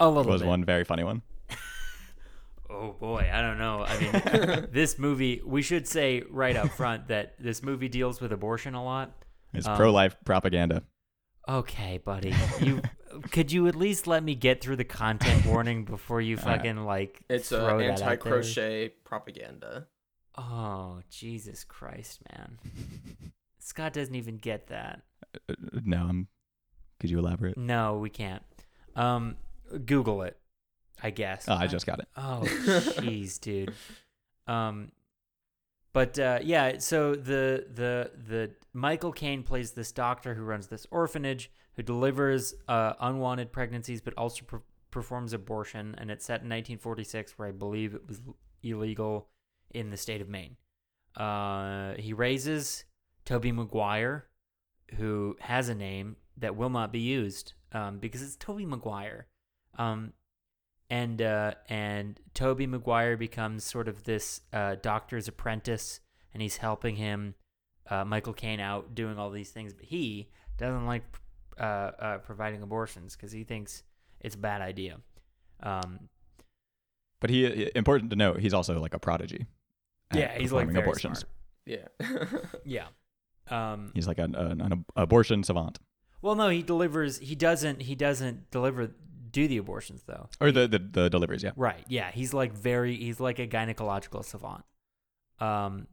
[SPEAKER 2] a little
[SPEAKER 1] was
[SPEAKER 2] bit.
[SPEAKER 1] one very funny one.
[SPEAKER 2] Oh boy, I don't know. I mean, this movie. We should say right up front that this movie deals with abortion a lot.
[SPEAKER 1] It's
[SPEAKER 2] Um,
[SPEAKER 1] pro-life propaganda.
[SPEAKER 2] Okay, buddy. You could you at least let me get through the content warning before you
[SPEAKER 1] All right.
[SPEAKER 2] fucking like
[SPEAKER 3] It's uh,
[SPEAKER 2] throw that out there?
[SPEAKER 3] anti-crochet propaganda.
[SPEAKER 2] Oh, Jesus Christ, man. Scott doesn't even get that.
[SPEAKER 1] Uh, No, I'm. Could you elaborate?
[SPEAKER 2] No, we can't. Um Google it, I guess.
[SPEAKER 1] Oh, I just got it.
[SPEAKER 2] Oh, jeez, dude. Um but uh yeah, so the the the Michael Caine plays this doctor who runs this orphanage who delivers uh unwanted pregnancies but also per- performs abortion and it's set in 1946 where I believe it was illegal in the state of Maine. Uh, he raises Toby Maguire, who has a name that will not be used um, because it's Toby Maguire. Um, and uh, and Toby Maguire becomes sort of this uh, doctor's apprentice, and he's helping him, uh, Michael Caine, out doing all these things. But he doesn't like uh, uh, providing abortions because he thinks it's a bad idea. Um,
[SPEAKER 1] But he important to note. He's also like a prodigy. at
[SPEAKER 2] yeah, he's like
[SPEAKER 1] performing
[SPEAKER 2] very smart.
[SPEAKER 3] Yeah.
[SPEAKER 2] Yeah. Um,
[SPEAKER 1] He's like an, an, an abortion savant,
[SPEAKER 2] Well, no, he delivers. He doesn't. He doesn't deliver. Do the abortions though?
[SPEAKER 1] or the the, the deliveries. Yeah,
[SPEAKER 2] Right. Yeah. He's like very. He's like a gynecological savant. Um,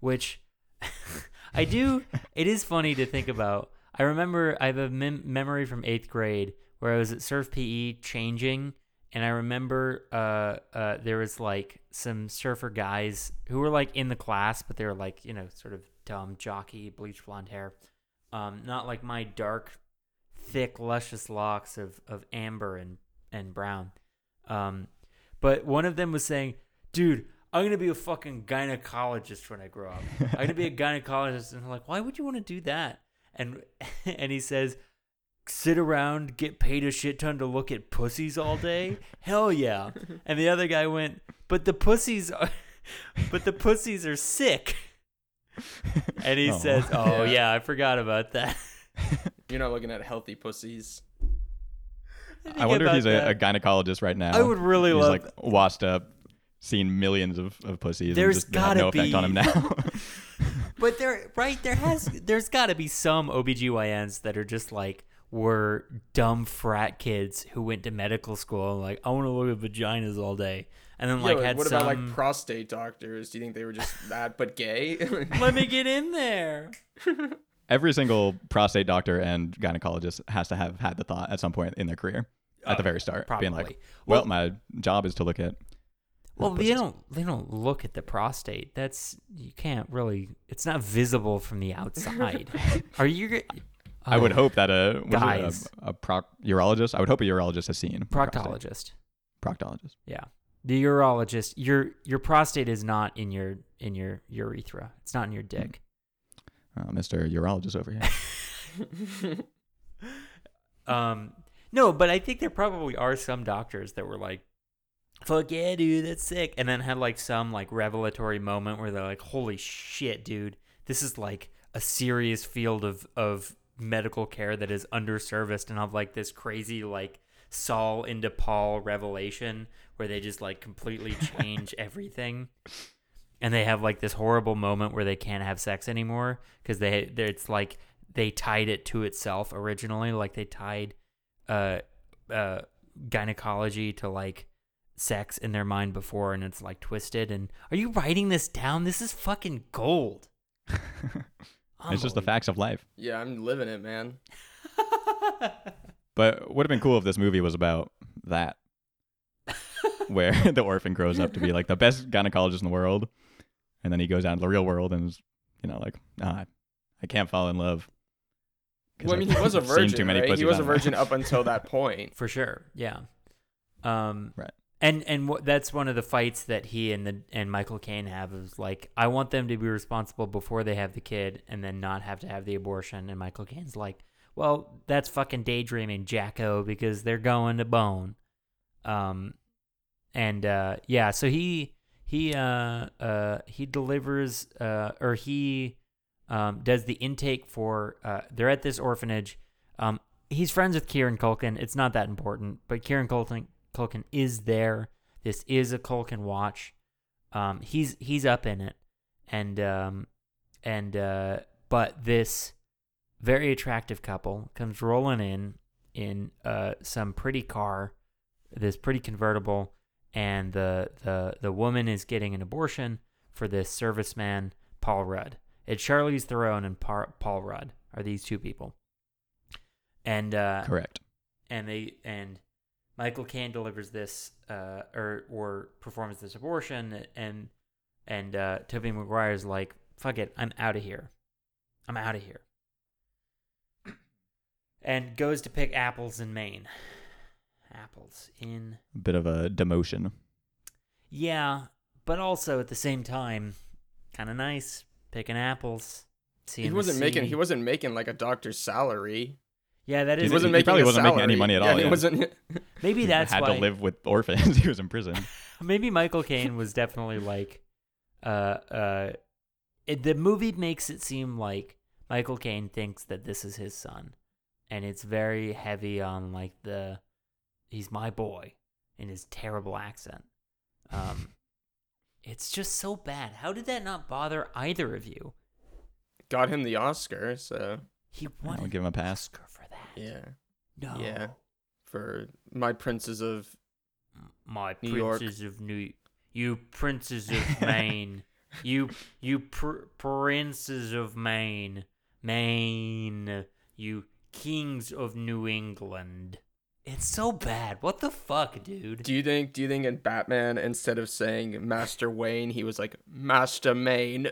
[SPEAKER 2] which I do. it is funny to think about. I remember I have a mem- memory from eighth grade where I was at Surf PE changing, and I remember uh, uh, there was like some surfer guys who were like in the class, but they were like you know sort of dumb jockey, bleach blonde hair, um, not like my dark, thick, luscious locks of of amber and and brown. Um, but one of them was saying, "Dude, I'm gonna be a fucking gynecologist when I grow up. um, I'm gonna be a gynecologist." And I'm like, "Why would you want to do that?" And and he says, "Sit around, get paid a shit ton to look at pussies all day. Hell yeah!" And the other guy went, "But the pussies are, but the pussies are sick." And he
[SPEAKER 1] Aw.
[SPEAKER 2] says, "Oh
[SPEAKER 3] Yeah.
[SPEAKER 2] yeah, I forgot about that."
[SPEAKER 3] You're not looking at healthy pussies.
[SPEAKER 1] I wonder if
[SPEAKER 2] about
[SPEAKER 1] he's a, a
[SPEAKER 2] that.
[SPEAKER 1] gynecologist right now.
[SPEAKER 2] I would really
[SPEAKER 1] he's
[SPEAKER 2] love-
[SPEAKER 1] like washed up, seen millions of, of pussies.
[SPEAKER 2] There's
[SPEAKER 1] and just they have
[SPEAKER 2] gotta
[SPEAKER 1] no effect on
[SPEAKER 2] be-
[SPEAKER 1] him now.
[SPEAKER 2] But there, right? There has, there's got to be some OBGYNs that are just like were dumb frat kids who went to medical school and like I want to look at vaginas all day, and then
[SPEAKER 3] Yeah,
[SPEAKER 2] like
[SPEAKER 3] like,
[SPEAKER 2] had
[SPEAKER 3] what
[SPEAKER 2] some.
[SPEAKER 3] about like prostate doctors? Do you think they were just that but gay?
[SPEAKER 2] Let me get in there.
[SPEAKER 1] Every single prostate doctor and gynecologist has to have had the
[SPEAKER 2] Uh,
[SPEAKER 1] thought at some point in their career, at the very start, being
[SPEAKER 2] probably.
[SPEAKER 1] like, "Well, my job is to look at
[SPEAKER 2] Well, they
[SPEAKER 1] pussies.
[SPEAKER 2] don't they don't look at the prostate. That's you can't really. It's not visible from the outside. Are you? g-
[SPEAKER 1] I would
[SPEAKER 2] Oh,
[SPEAKER 1] hope that a, what is it, a-
[SPEAKER 2] Guys.
[SPEAKER 1] a, proc- urologist. I would hope a urologist has seen prostate.
[SPEAKER 2] proctologist.
[SPEAKER 1] Proctologist.
[SPEAKER 2] Yeah, the urologist. Your your prostate is not in your in your urethra. It's not in your dick.
[SPEAKER 1] Uh, Mr. Urologist over here.
[SPEAKER 2] Um, no, but I think there probably are some doctors that were like, "Fuck yeah, dude, that's sick," and then had like some like revelatory moment where they're like, "Holy shit, dude, this is like a serious field of of medical care that is underserviced," and have like this crazy like Saul into Paul revelation where they just like completely change everything. And they have like this horrible moment where they can't have sex anymore because they they're- it's like they tied it to itself originally like they tied uh uh gynecology to like sex in their mind before and it's like twisted and are you writing this down this is fucking gold
[SPEAKER 1] it's just the facts of life.
[SPEAKER 3] yeah, I'm living it, man.
[SPEAKER 1] But would have been cool if this movie was about that, where the orphan grows up to be like the best gynecologist in the world, and then he goes out into the real world and is, you know, like, ah, I can't fall in love. 'cause
[SPEAKER 3] Well, I mean,
[SPEAKER 1] I've
[SPEAKER 3] he was a
[SPEAKER 1] seen
[SPEAKER 3] virgin.
[SPEAKER 1] too many
[SPEAKER 3] right? He
[SPEAKER 1] pussies
[SPEAKER 3] was a
[SPEAKER 1] on my-"
[SPEAKER 3] virgin up until that point.
[SPEAKER 2] for sure yeah um
[SPEAKER 1] Right.
[SPEAKER 2] and and what that's one of the fights that he and the and michael caine have is like i want them to be responsible before they have the kid and then not have to have the abortion and michael caine's like well that's fucking daydreaming jacko because they're going to bone um and uh yeah so he he uh uh he delivers uh or he um does the intake for uh they're at this orphanage um he's friends with Kieran Culkin it's not that important but Kieran Culkin Culkin is there this is a Culkin watch um he's he's up in it and um and uh but this very attractive couple comes rolling in in uh some pretty car this pretty convertible and the the the woman is getting an abortion for this serviceman Paul Rudd. It's Charlize Theron and Par- Paul Rudd are these two people, and uh,
[SPEAKER 1] Correct.
[SPEAKER 2] and they and Michael Caine delivers this uh, or or performs this abortion, and and uh, Toby Maguire's like, "Fuck it, I'm out of here, I'm out of here," and goes to pick apples in Maine. Apples in
[SPEAKER 1] Bit of a demotion.
[SPEAKER 2] yeah, but also at the same time, kind of nice picking apples. Seeing
[SPEAKER 3] He
[SPEAKER 2] the
[SPEAKER 3] wasn't making.
[SPEAKER 2] sea.
[SPEAKER 3] He wasn't making like a doctor's salary.
[SPEAKER 2] Yeah, that
[SPEAKER 1] He
[SPEAKER 2] is.
[SPEAKER 1] didn't-
[SPEAKER 3] He wasn't
[SPEAKER 1] he
[SPEAKER 3] making.
[SPEAKER 1] probably
[SPEAKER 3] a
[SPEAKER 1] wasn't making any
[SPEAKER 3] salary.
[SPEAKER 1] money at
[SPEAKER 3] Yeah,
[SPEAKER 1] all,
[SPEAKER 3] He
[SPEAKER 1] yeah.
[SPEAKER 3] wasn't.
[SPEAKER 2] maybe
[SPEAKER 1] He
[SPEAKER 2] that's
[SPEAKER 1] had
[SPEAKER 2] why.
[SPEAKER 1] to live with orphans. he was in prison.
[SPEAKER 2] Maybe Michael Caine was definitely like, uh, uh, it, the movie makes it seem like Michael Caine thinks that this is his son, and it's very heavy on like the, he's my boy, in his terrible accent. Um, it's just so bad. How did that not bother either of you?
[SPEAKER 3] Got him the Oscar. So
[SPEAKER 2] He
[SPEAKER 1] I'll
[SPEAKER 2] won. an
[SPEAKER 1] give him a pass.
[SPEAKER 2] Oscar for that.
[SPEAKER 3] yeah,
[SPEAKER 2] No.
[SPEAKER 3] Yeah. for my princes of
[SPEAKER 2] M- My
[SPEAKER 3] New York.
[SPEAKER 2] princes of New You princes of Maine. you you pr- princes of Maine. Maine. You kings of New England. It's so bad. What the fuck, dude?
[SPEAKER 3] Do you think? Do you think in Batman, instead of saying Master Wayne, he was like Master Maine?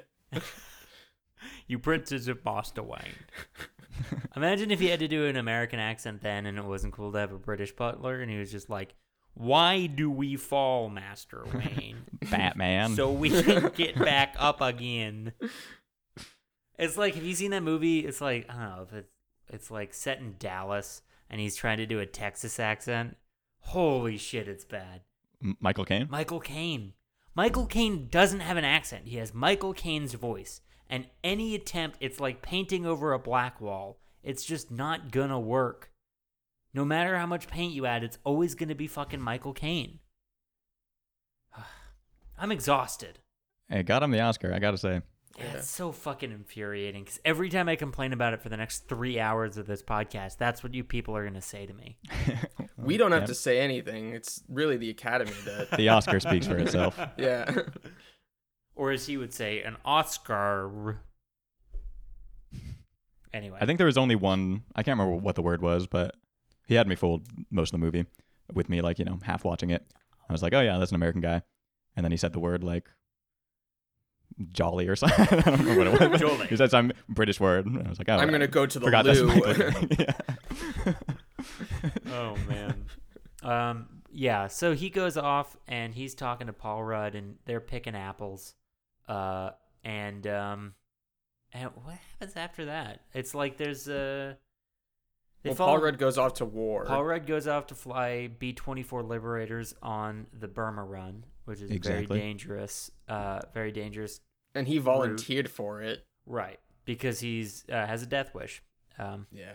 [SPEAKER 2] You princes of Master Wayne. Imagine if he had to do an American accent then and it wasn't cool to have a British butler and he was just like, Why do we fall, Master Wayne?
[SPEAKER 1] Batman.
[SPEAKER 2] so we can get back up again. It's like, have you seen that movie? It's like, I don't know, if it's, it's like set in Dallas and he's trying to do a Texas accent. Holy shit, it's bad.
[SPEAKER 1] M- Michael Caine.
[SPEAKER 2] Michael Caine. Michael Caine doesn't have an accent. He has Michael Caine's voice. And any attempt, it's like painting over a black wall. It's just not gonna work. No matter how much paint you add, it's always gonna be fucking Michael Caine. I'm exhausted.
[SPEAKER 1] Hey, got him the Oscar. I gotta say,
[SPEAKER 2] Yeah,
[SPEAKER 3] Yeah.
[SPEAKER 2] it's so fucking infuriating because every time I complain about it for the next three hours of this podcast, that's what you people are gonna say to me.
[SPEAKER 3] We don't have
[SPEAKER 1] Yeah.
[SPEAKER 3] to say anything. It's really the Academy that.
[SPEAKER 1] The Oscar speaks for itself.
[SPEAKER 3] yeah.
[SPEAKER 2] Or as he would say, an Oscar. Anyway.
[SPEAKER 1] I think there was only one. I can't remember what the word was, but he had me fooled most of the movie with me, like you know, half watching it. I was like, oh yeah, that's an American guy, and then he said the word like jolly or something. I don't know what it was.
[SPEAKER 2] Jolly.
[SPEAKER 1] He said some British word, and I was like, oh,
[SPEAKER 3] I'm
[SPEAKER 1] right.
[SPEAKER 3] gonna go to the
[SPEAKER 1] forgot that's
[SPEAKER 3] loo.
[SPEAKER 1] my clicking. yeah.
[SPEAKER 2] Oh man. um. Yeah. So he goes off and he's talking to Paul Rudd and they're picking apples. Uh. And um. And what happens after that? It's like there's a. They
[SPEAKER 3] well,
[SPEAKER 2] follow-
[SPEAKER 3] Paul Rudd goes off to war.
[SPEAKER 2] Paul Rudd goes off to fly B twenty four Liberators on the Burma Run, which is
[SPEAKER 1] Exactly.
[SPEAKER 2] very dangerous. Uh, very dangerous.
[SPEAKER 3] and he volunteered for it.
[SPEAKER 2] Right, because he's uh, has a death wish. Um,
[SPEAKER 3] Yeah.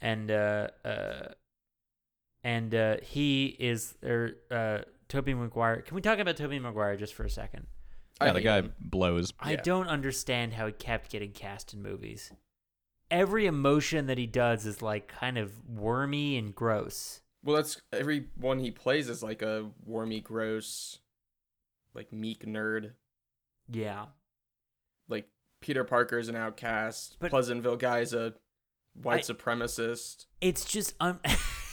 [SPEAKER 2] and uh, uh, and uh, he is or uh, Toby Maguire. Can we talk about Toby Maguire just for a second?
[SPEAKER 1] yeah, the
[SPEAKER 3] hate
[SPEAKER 1] guy
[SPEAKER 3] him.
[SPEAKER 1] blows.
[SPEAKER 2] I
[SPEAKER 3] Yeah.
[SPEAKER 2] don't understand how he kept getting cast in movies. Every emotion that he does is like kind of wormy and gross.
[SPEAKER 3] Well, that's every one he plays is like a wormy, gross, like meek nerd.
[SPEAKER 2] Yeah.
[SPEAKER 3] Like Peter Parker is an outcast.
[SPEAKER 2] But-
[SPEAKER 3] Pleasantville guy is a white
[SPEAKER 2] I-
[SPEAKER 3] supremacist.
[SPEAKER 2] it's just um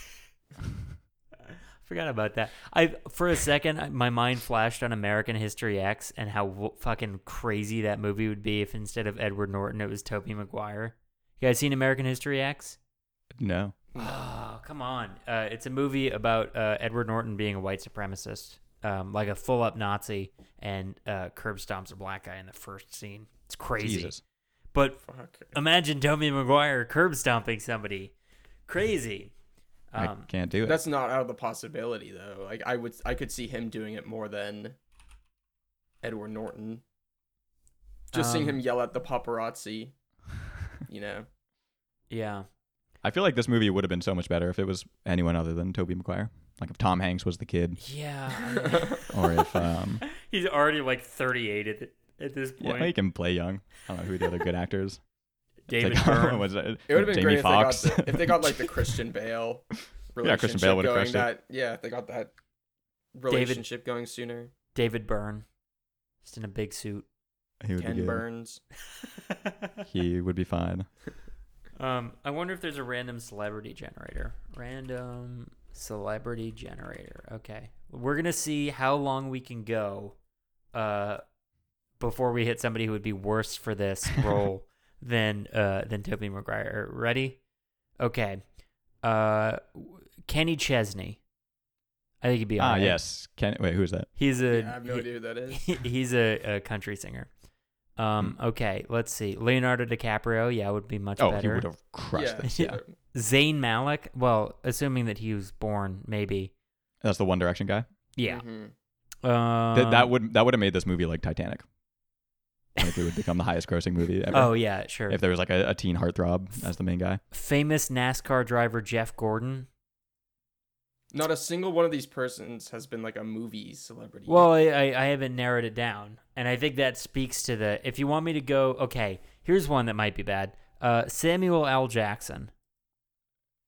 [SPEAKER 2] forgot about that i for a second I- my mind flashed on american history x and how w- fucking crazy that movie would be if instead of edward norton it was toby maguire you guys seen american history x
[SPEAKER 1] No,
[SPEAKER 2] oh come on uh, it's a movie about uh, edward norton being a white supremacist um, like a full-up nazi and uh, curb stomps a black guy in the first scene it's crazy
[SPEAKER 1] Jesus.
[SPEAKER 2] but
[SPEAKER 3] Fuck.
[SPEAKER 2] imagine toby maguire curb stomping somebody crazy Um,
[SPEAKER 1] I can't do it.
[SPEAKER 3] That's not out of the possibility though. Like I would, I could see him doing it more than Edward Norton. Just seeing
[SPEAKER 2] Um,
[SPEAKER 3] him yell at the paparazzi, you know.
[SPEAKER 2] Yeah.
[SPEAKER 1] I feel like this movie would have been so much better if it was anyone other than Toby Maguire. Like if Tom Hanks was the kid,
[SPEAKER 2] Yeah.
[SPEAKER 1] or if um,
[SPEAKER 2] He's already like 38 at, th- at this
[SPEAKER 1] yeah,
[SPEAKER 2] point.
[SPEAKER 1] well, he can play young. I don't know who the other good actors.
[SPEAKER 2] David
[SPEAKER 1] Like,
[SPEAKER 2] Byrne.
[SPEAKER 1] was it?
[SPEAKER 3] It would have been
[SPEAKER 1] Jamie
[SPEAKER 3] great if they, got
[SPEAKER 1] Foxx.
[SPEAKER 3] the, if they got like the Christian Bale
[SPEAKER 1] Yeah,
[SPEAKER 3] relationship
[SPEAKER 1] Christian Bale would've
[SPEAKER 3] going.
[SPEAKER 1] crushed it.
[SPEAKER 3] That yeah, if they got that relationship going sooner.
[SPEAKER 2] David Byrne. Just in a big suit.
[SPEAKER 1] he would be
[SPEAKER 3] Ken
[SPEAKER 1] good.
[SPEAKER 3] Burns.
[SPEAKER 1] He would be fine.
[SPEAKER 2] um, I wonder if there's a random celebrity generator. Random celebrity generator. Okay. We're going to see how long we can go uh, before we hit somebody who would be worse for this role than uh, than Toby Maguire. Ready? Okay. Uh, w- Kenny Chesney. I think he'd be
[SPEAKER 1] ah,
[SPEAKER 2] all right.
[SPEAKER 1] yes. Ken. Wait, who is that?
[SPEAKER 2] He's
[SPEAKER 3] Yeah,
[SPEAKER 2] a
[SPEAKER 3] I have no
[SPEAKER 2] he-
[SPEAKER 3] idea who that is.
[SPEAKER 2] he's a, a country singer. Um, okay, let's see. Leonardo DiCaprio, yeah, would be much
[SPEAKER 1] Hmm. oh, he
[SPEAKER 2] better.
[SPEAKER 1] would have crushed
[SPEAKER 3] yeah,
[SPEAKER 1] this.
[SPEAKER 2] Yeah. Zayn Malik, well, assuming that he was born, maybe.
[SPEAKER 1] That's the One Direction guy.
[SPEAKER 2] Yeah.
[SPEAKER 1] Mm-hmm.
[SPEAKER 3] Mhm.
[SPEAKER 2] Um,
[SPEAKER 1] Th- that would that would have made this movie like Titanic. Like it would become the highest grossing movie ever.
[SPEAKER 2] Oh yeah, sure.
[SPEAKER 1] If there was like a, a teen heartthrob as the main guy.
[SPEAKER 2] Famous NASCAR driver Jeff Gordon.
[SPEAKER 3] Not a single one of these persons has been like a movie celebrity.
[SPEAKER 2] Well, I, I, I haven't narrowed it down, and I think that speaks to the. If you want me to go, okay, here's one that might be bad. Uh, Samuel L. Jackson.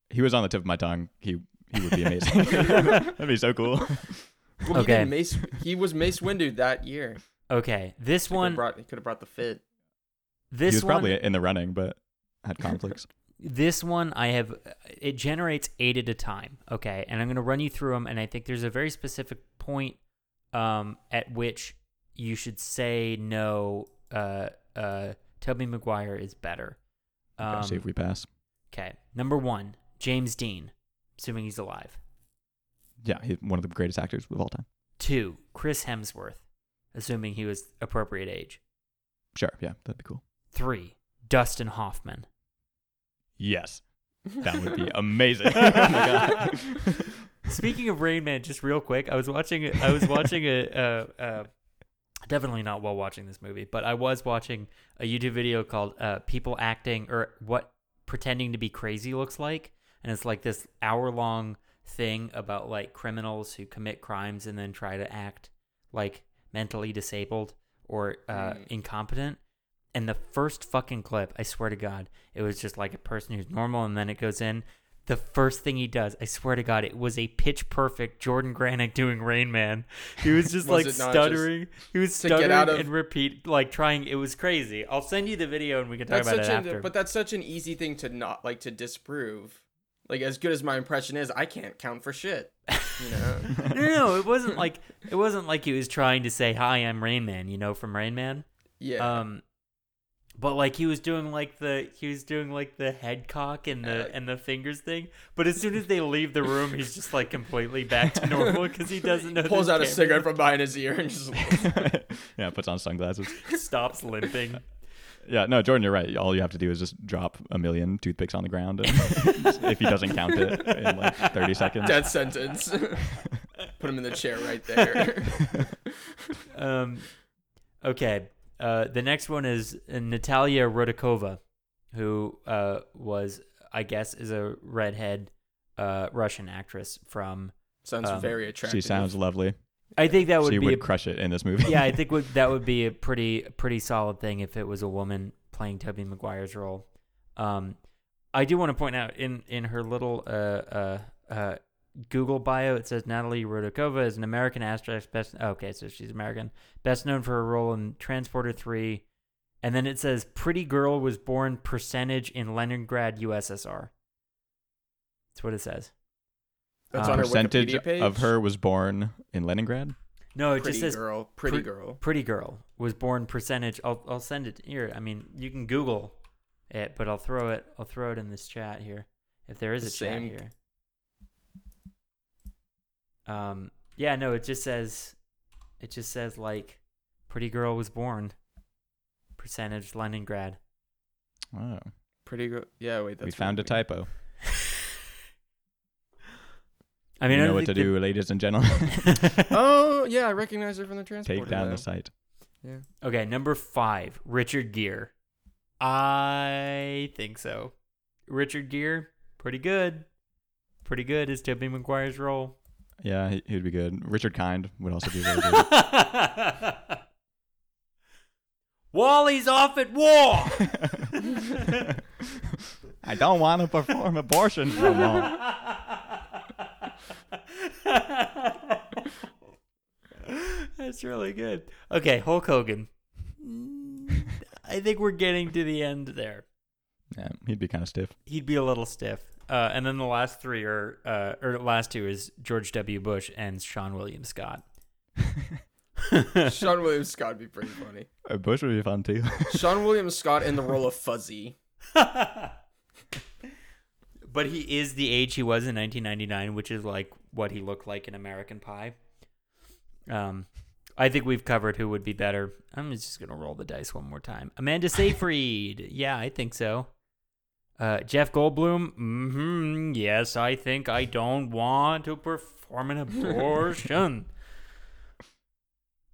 [SPEAKER 1] He was on the tip of my tongue. He he would be amazing. That'd be so cool.
[SPEAKER 3] Well, he
[SPEAKER 2] okay.
[SPEAKER 3] did Mace. He was Mace Windu that year.
[SPEAKER 2] Okay, this
[SPEAKER 3] He could have
[SPEAKER 2] one.
[SPEAKER 3] brought, he could have brought the fit.
[SPEAKER 1] he
[SPEAKER 2] This
[SPEAKER 1] was
[SPEAKER 2] one.
[SPEAKER 1] probably in the running, but had conflicts.
[SPEAKER 2] this one I have it generates eight at a time. Okay, and I'm going to run you through them, and I think there's a very specific point um, at which you should say no. Uh, uh, Toby Maguire is better.
[SPEAKER 1] Okay,
[SPEAKER 2] Um,
[SPEAKER 1] see if we pass.
[SPEAKER 2] okay, number one, James Dean, assuming he's alive.
[SPEAKER 1] Yeah, he's one of the greatest actors of all time.
[SPEAKER 2] Two, Chris Hemsworth, assuming he was appropriate age.
[SPEAKER 1] Sure, yeah, that'd be cool.
[SPEAKER 2] Three, Dustin Hoffman.
[SPEAKER 1] Yes. That would be amazing. oh my god.
[SPEAKER 2] Speaking of Rain Man, just real quick, I was watching. I was watching a. Uh, uh, definitely not while watching this movie, but I was watching a YouTube video called uh, "People Acting" or "What Pretending to Be Crazy Looks Like," and it's like this hour-long thing about like criminals who commit crimes and then try to act like mentally disabled or uh,
[SPEAKER 3] Mm.
[SPEAKER 2] incompetent. And the first fucking clip, I swear to God, it was just like a person who's normal, and then it goes in. The first thing he does, I swear to God, it was a pitch perfect Jordan Granick doing Rain Man. He was just like
[SPEAKER 3] Was it not just
[SPEAKER 2] stuttering. he was
[SPEAKER 3] to get
[SPEAKER 2] stuttering
[SPEAKER 3] out of-
[SPEAKER 2] and repeat, like trying. It was crazy. I'll send you the video and we can talk
[SPEAKER 3] That's
[SPEAKER 2] about it
[SPEAKER 3] such an,
[SPEAKER 2] after.
[SPEAKER 3] but that's such an easy thing to not like to disprove. Like as good as my impression is, I can't count for shit. you know.
[SPEAKER 2] no, no, no, it wasn't like it wasn't like he was trying to say hi, I'm Rain Man, you know, from Rain Man.
[SPEAKER 3] Yeah.
[SPEAKER 2] Um, but like he was doing like the he was doing like the head cock and the
[SPEAKER 3] Uh,
[SPEAKER 2] and the fingers thing. But as soon as they leave the room, he's just like completely back to normal because he doesn't know.
[SPEAKER 3] Pulls
[SPEAKER 2] there's
[SPEAKER 3] out a
[SPEAKER 2] cameras.
[SPEAKER 3] cigarette from behind his ear and just
[SPEAKER 1] yeah, puts on sunglasses.
[SPEAKER 2] stops limping.
[SPEAKER 1] Yeah, no, Jordan, you're right. All you have to do is just drop a million toothpicks on the ground, and if he doesn't count it in like 30 seconds.
[SPEAKER 3] death sentence. Put him in the chair right there.
[SPEAKER 2] Um, okay. Uh, the next one is uh, Natalia Rodakova, who uh, was, I guess, is a redhead uh, Russian actress from.
[SPEAKER 3] Sounds
[SPEAKER 2] Um,
[SPEAKER 3] very attractive.
[SPEAKER 1] She sounds lovely.
[SPEAKER 2] I think that would
[SPEAKER 1] She
[SPEAKER 2] be.
[SPEAKER 1] would
[SPEAKER 2] a,
[SPEAKER 1] crush it in this movie.
[SPEAKER 2] yeah, I think would, that would be a pretty pretty solid thing if it was a woman playing Toby Maguire's role. Um, I do want to point out in in her little uh, uh, uh, Google bio, it says Natalie Rodakova is an American actress. Best okay, so she's American, best known for her role in Transporter Three, and then it says Pretty Girl was born percentage in Leningrad, USSR. That's what it says.
[SPEAKER 3] That's
[SPEAKER 2] Uh,
[SPEAKER 3] on her
[SPEAKER 1] Percentage
[SPEAKER 3] Wikipedia page.
[SPEAKER 1] of her was born in Leningrad.
[SPEAKER 2] No, Oh, it
[SPEAKER 3] pretty
[SPEAKER 2] just says
[SPEAKER 3] girl, pretty
[SPEAKER 2] pre-
[SPEAKER 3] girl.
[SPEAKER 2] Pretty Girl was born percentage. I'll I'll send it here. I mean, you can Google it, but I'll throw it. I'll throw it in this chat here, if there is a
[SPEAKER 3] The same-
[SPEAKER 2] chat here. Um. Yeah. No. It just says. It just says like, Pretty Girl was born. Percentage Leningrad.
[SPEAKER 1] Oh,
[SPEAKER 3] Pretty girl. Yeah, wait. That's
[SPEAKER 1] we found a
[SPEAKER 3] really
[SPEAKER 1] typo.
[SPEAKER 2] I
[SPEAKER 1] You
[SPEAKER 2] mean, I
[SPEAKER 1] know
[SPEAKER 2] don't
[SPEAKER 1] what to
[SPEAKER 2] think
[SPEAKER 1] do, ladies and gentlemen.
[SPEAKER 2] that-
[SPEAKER 3] weird. Oh yeah, I recognize her from the transporter.
[SPEAKER 1] Take down
[SPEAKER 3] though.
[SPEAKER 1] the site.
[SPEAKER 3] Yeah.
[SPEAKER 2] Okay, number five, Richard Gere. I think so. Richard Gere, pretty good. Pretty good is Toby McGuire's role.
[SPEAKER 1] Yeah, he, he would be good. Richard Kind would also be very good.
[SPEAKER 2] Wally's off at war.
[SPEAKER 1] I don't want to perform abortions no more.
[SPEAKER 2] That's really good. Okay, Hulk Hogan. Mm, I think we're getting to the end there.
[SPEAKER 1] Yeah, he'd be kind of stiff.
[SPEAKER 2] he'd be a little stiff. Uh, and then the last three are, uh, or last two is George W. Bush and Sean William Scott.
[SPEAKER 3] Sean William Scott would be pretty funny.
[SPEAKER 1] Uh, Bush would be fun too.
[SPEAKER 3] Sean William Scott in the role of Fuzzy.
[SPEAKER 2] but he is the age he was in 1999, which is like what he looked like in American Pie. Um, I think we've covered who would be better. I'm just gonna roll the dice one more time. Amanda Seyfried. yeah, I think so. Uh, Jeff Goldblum. Hmm. Yes, I think I don't want to perform an abortion.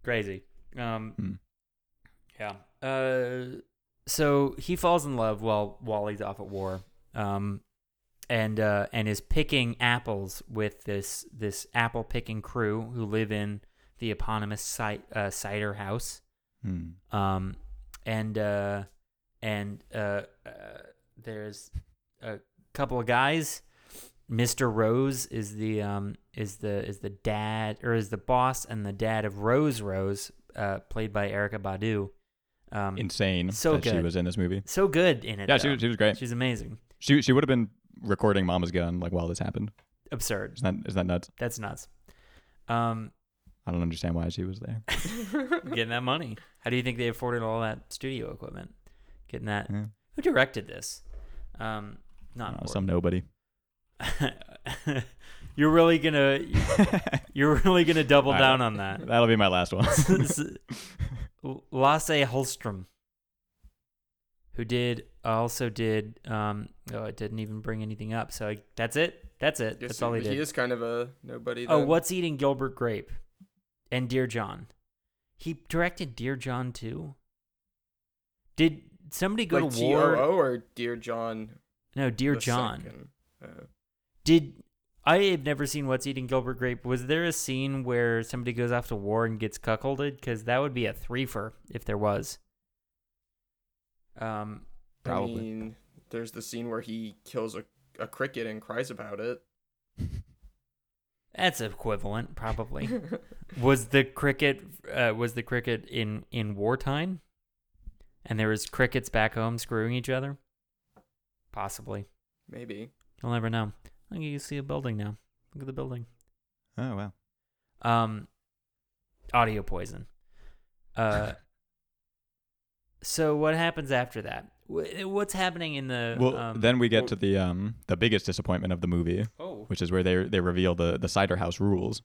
[SPEAKER 2] Crazy. Um.
[SPEAKER 1] Hmm.
[SPEAKER 2] Yeah. Uh so he falls in love while Wally's off at war, um, and uh, and is picking apples with this this apple picking crew who live in the eponymous site, uh, cider house,
[SPEAKER 1] Hmm.
[SPEAKER 2] um, and uh, and uh, uh, there's a couple of guys. Mr. Rose is the um, is the is the dad or is the boss and the dad of Rose Rose, uh, played by Erica Badu. Um,
[SPEAKER 1] Insane
[SPEAKER 2] So
[SPEAKER 1] that she
[SPEAKER 2] good. um,
[SPEAKER 1] was in this movie.
[SPEAKER 2] so good in it.
[SPEAKER 1] Yeah, she,
[SPEAKER 2] though.
[SPEAKER 1] was- she was great.
[SPEAKER 2] She's amazing.
[SPEAKER 1] She she would have been recording Mama's Gun like while this happened.
[SPEAKER 2] Absurd.
[SPEAKER 1] Is that is that nuts?
[SPEAKER 2] That's nuts. Um,
[SPEAKER 1] I don't understand why she was there.
[SPEAKER 2] getting that money. How do you think they afforded all that studio equipment? Getting that.
[SPEAKER 1] Yeah.
[SPEAKER 2] Who directed this? Um, not
[SPEAKER 1] Uh,
[SPEAKER 2] important.
[SPEAKER 1] some nobody.
[SPEAKER 2] you're really gonna you're really gonna double
[SPEAKER 1] All right.
[SPEAKER 2] down on that.
[SPEAKER 1] That'll be my last one.
[SPEAKER 2] Lasse Holstrom, who did also did um oh it didn't even bring anything up. So I, that's it. That's it.
[SPEAKER 3] Guess
[SPEAKER 2] That's all he did.
[SPEAKER 3] He is kind of a nobody.
[SPEAKER 2] Oh,
[SPEAKER 3] then.
[SPEAKER 2] what's eating Gilbert Grape and Dear John? He directed Dear John too. Did somebody go
[SPEAKER 3] Like
[SPEAKER 2] to war?
[SPEAKER 3] GOO or Dear John?
[SPEAKER 2] No, Dear
[SPEAKER 3] the
[SPEAKER 2] John.
[SPEAKER 3] second? Uh,
[SPEAKER 2] Did I have never seen What's Eating Gilbert Grape? Was there a scene where somebody goes off to war and gets cuckolded? Because that would be a threefer if there was. Um,
[SPEAKER 1] Probably.
[SPEAKER 3] I mean, there's the scene where he kills a, a cricket and cries about it.
[SPEAKER 2] that's equivalent, probably. was the cricket uh, was the cricket in in wartime and there was crickets back home screwing each other possibly
[SPEAKER 3] Maybe.
[SPEAKER 2] you'll never know i think you can see a building now look at the building
[SPEAKER 1] Oh wow.
[SPEAKER 2] Um, audio poison. Uh, so what happens after that? Wh- What's happening in the?
[SPEAKER 1] Well,
[SPEAKER 2] um,
[SPEAKER 1] then we get
[SPEAKER 3] well-
[SPEAKER 1] to the um the biggest disappointment of the movie,
[SPEAKER 3] Oh.
[SPEAKER 1] which is where they they reveal the the cider house rules,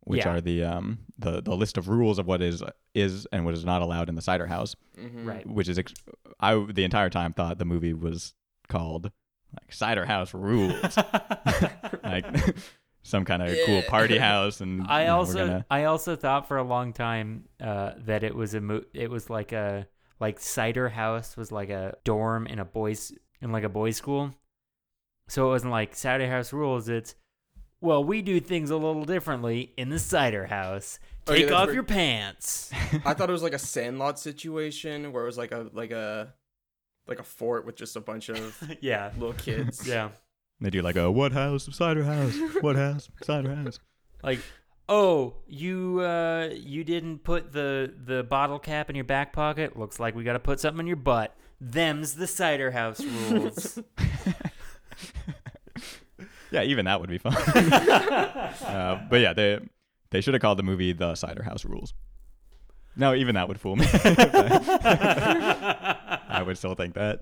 [SPEAKER 1] which
[SPEAKER 2] Yeah.
[SPEAKER 1] are the um the the list of rules of what is is and what is not allowed in the cider house,
[SPEAKER 3] Mhm.
[SPEAKER 2] right.
[SPEAKER 1] which is ex- I the entire time thought the movie was called like cider house rules, like some kind of cool
[SPEAKER 3] Yeah.
[SPEAKER 1] party house, and
[SPEAKER 2] I
[SPEAKER 1] you know, we're
[SPEAKER 2] also
[SPEAKER 1] gonna-
[SPEAKER 2] I also thought for a long time uh, that it was a mo- it was like a like cider house was like a dorm in a boys in like a boys school. So it wasn't like cider house rules. It's well, we do things a little differently in the cider house.
[SPEAKER 3] Oh, yeah,
[SPEAKER 2] Take
[SPEAKER 3] that's
[SPEAKER 2] off
[SPEAKER 3] where-
[SPEAKER 2] your pants.
[SPEAKER 3] I thought it was like a sandlot situation where it was like a like a like a fort with just a bunch of
[SPEAKER 2] yeah,
[SPEAKER 3] little kids.
[SPEAKER 2] yeah.
[SPEAKER 1] they do like a what house cider house what house cider house.
[SPEAKER 2] Like, oh, you uh, you didn't put the the bottle cap in your back pocket. Looks like we got to put something in your butt. Them's the cider house rules.
[SPEAKER 1] Yeah, even that would be fun. uh, but yeah, they they should have called the movie The Cider House Rules. No, even that would fool me. I would still think that.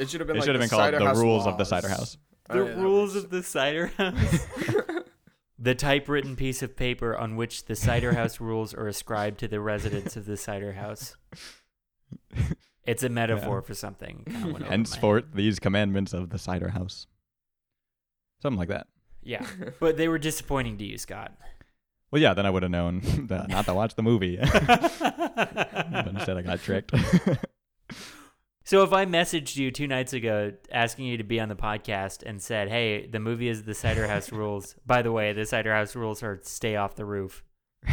[SPEAKER 3] It should have
[SPEAKER 1] It
[SPEAKER 3] been like
[SPEAKER 1] should have
[SPEAKER 3] the
[SPEAKER 1] been called
[SPEAKER 3] cider
[SPEAKER 1] The
[SPEAKER 3] house
[SPEAKER 1] Rules of the
[SPEAKER 3] laws.
[SPEAKER 1] Cider House.
[SPEAKER 2] The
[SPEAKER 3] Oh, yeah, that
[SPEAKER 2] rules
[SPEAKER 3] works.
[SPEAKER 2] of the cider house. the typewritten piece of paper on which the cider house rules are ascribed to the residents of the cider house. It's a metaphor for something. kinda went over my-
[SPEAKER 1] Henceforth, these commandments of the Cider House. Something like that.
[SPEAKER 2] Yeah. But they were disappointing to you, Scott.
[SPEAKER 1] Well, yeah, then I would have known that not to watch the movie. but instead, I got tricked.
[SPEAKER 2] So if I messaged you two nights ago asking you to be on the podcast and said, "Hey, the movie is The Cider House Rules." By the way, The Cider House Rules are stay off the roof.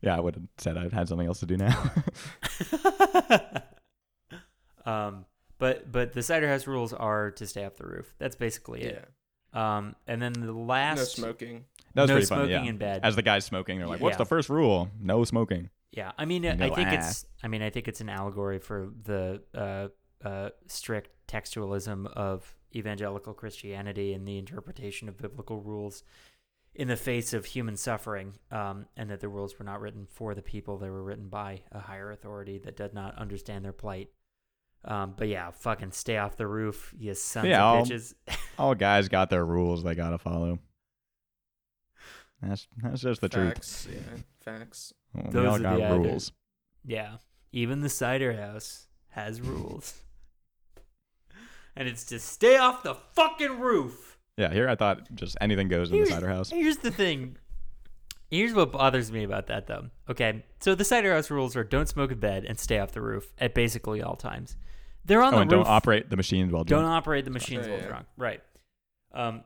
[SPEAKER 1] yeah, I would have said I'd had something else to do now.
[SPEAKER 2] um, but but The Cider House Rules are to stay off the roof. That's basically
[SPEAKER 3] Yeah.
[SPEAKER 2] it. Um, and then the
[SPEAKER 3] No
[SPEAKER 2] last
[SPEAKER 3] smoking.
[SPEAKER 1] That was
[SPEAKER 2] no
[SPEAKER 1] pretty
[SPEAKER 2] smoking
[SPEAKER 1] funny. Yeah.
[SPEAKER 2] in bed.
[SPEAKER 1] As the guy's smoking, they're like, "What's
[SPEAKER 2] Yeah.
[SPEAKER 1] the first rule? No smoking."
[SPEAKER 2] yeah, I mean,
[SPEAKER 1] No
[SPEAKER 2] I think
[SPEAKER 1] ass.
[SPEAKER 2] it's I mean I think it's an allegory for the uh, uh, strict textualism of evangelical Christianity and the interpretation of biblical rules in the face of human suffering, um, and that the rules were not written for the people; they were written by a higher authority that did not understand their plight. Um, but yeah, fucking stay off the roof, you sons
[SPEAKER 1] Yeah, I'll-
[SPEAKER 2] of bitches.
[SPEAKER 1] All guys got their rules they gotta follow. That's that's just the
[SPEAKER 3] facts. Yeah. Facts.
[SPEAKER 1] truth.
[SPEAKER 2] Those
[SPEAKER 1] we all
[SPEAKER 2] are
[SPEAKER 1] got
[SPEAKER 2] the ideas.
[SPEAKER 1] rules.
[SPEAKER 2] Yeah. Even the cider house has rules. and it's to stay off the fucking roof.
[SPEAKER 1] Yeah, here I thought just anything goes in the cider house.
[SPEAKER 2] Here's the thing. Here's what bothers me about that though. Okay. So the cider house rules are don't smoke in bed and stay off the roof at basically all times. They're on
[SPEAKER 1] Oh,
[SPEAKER 2] the
[SPEAKER 1] and
[SPEAKER 2] roof.
[SPEAKER 1] don't operate the machines while
[SPEAKER 2] Don't
[SPEAKER 1] drunk.
[SPEAKER 2] operate the machines
[SPEAKER 3] Yeah,
[SPEAKER 2] while
[SPEAKER 3] Oh, yeah.
[SPEAKER 2] drunk. Right. Um,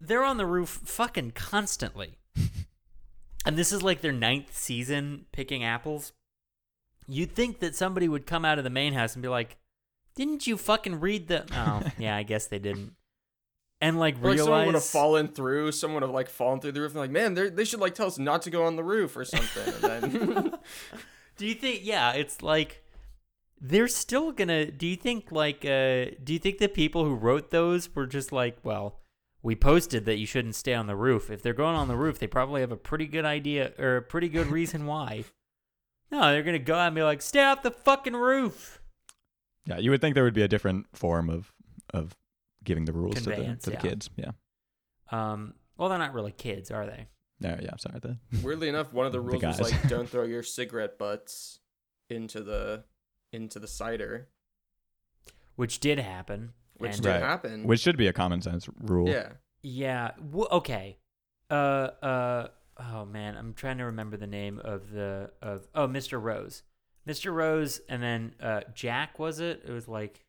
[SPEAKER 2] they're on the roof fucking constantly. and this is like their ninth season picking apples. You'd think that somebody would come out of the main house and be like, didn't you fucking read the. Oh, yeah, I guess they didn't. And like
[SPEAKER 3] Or, Like someone would have
[SPEAKER 2] realize.
[SPEAKER 3] fallen through. Someone would have like fallen through the roof and like, man, they're- they should like tell us not to go on the roof or something. And then
[SPEAKER 2] do you think. Yeah, it's like. They're still gonna. Do you think, like, uh, do you think the people who wrote those were just like, well, we posted that you shouldn't stay on the roof. If they're going on the roof, they probably have a pretty good idea or a pretty good reason why. No, they're gonna go out and be like, stay off the fucking roof.
[SPEAKER 1] Yeah, you would think there would be a different form of of giving the rules to the,
[SPEAKER 2] Conveyance,
[SPEAKER 1] to the
[SPEAKER 2] yeah.
[SPEAKER 1] kids. Yeah.
[SPEAKER 2] Um, well, they're not really kids, are they?
[SPEAKER 1] No, yeah, sorry. The,
[SPEAKER 3] weirdly enough, one of the
[SPEAKER 1] The
[SPEAKER 3] rules was
[SPEAKER 1] guys.
[SPEAKER 3] like, don't throw your cigarette butts into the into the cider,
[SPEAKER 2] Which did happen.
[SPEAKER 3] which
[SPEAKER 2] and- uh,
[SPEAKER 3] did
[SPEAKER 1] Right.
[SPEAKER 2] Hmm.
[SPEAKER 3] happen.
[SPEAKER 1] which should be a common sense rule.
[SPEAKER 3] yeah,
[SPEAKER 2] Yeah. W- okay. Uh. Uh. Oh man, I'm trying to remember the name of the of oh Mr. Rose, Mr. Rose, and then uh, Jack was it? It was like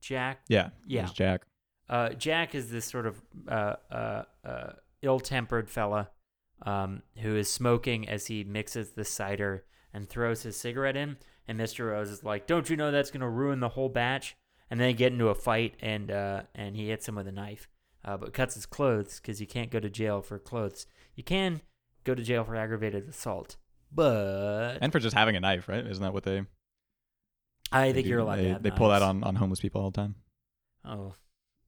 [SPEAKER 2] Jack
[SPEAKER 1] Yeah.
[SPEAKER 2] Yeah.
[SPEAKER 1] There's Jack.
[SPEAKER 2] uh, Jack is this sort of uh, uh, uh, ill-tempered fella um, who is smoking as he mixes the cider and throws his cigarette in. And Mr. Rose is like, "Don't you know that's going to ruin the whole batch?" And they get into a fight, and uh, and he hits him with a knife, uh, but cuts his clothes because you can't go to jail for clothes. You can go to jail for aggravated assault, but
[SPEAKER 1] And for just having a knife, right? Isn't that what they?
[SPEAKER 2] I
[SPEAKER 1] they
[SPEAKER 2] think
[SPEAKER 1] do?
[SPEAKER 2] you're allowed
[SPEAKER 1] They,
[SPEAKER 2] to have
[SPEAKER 1] they pull that
[SPEAKER 2] knives.
[SPEAKER 1] on on homeless people all the time.
[SPEAKER 2] Oh,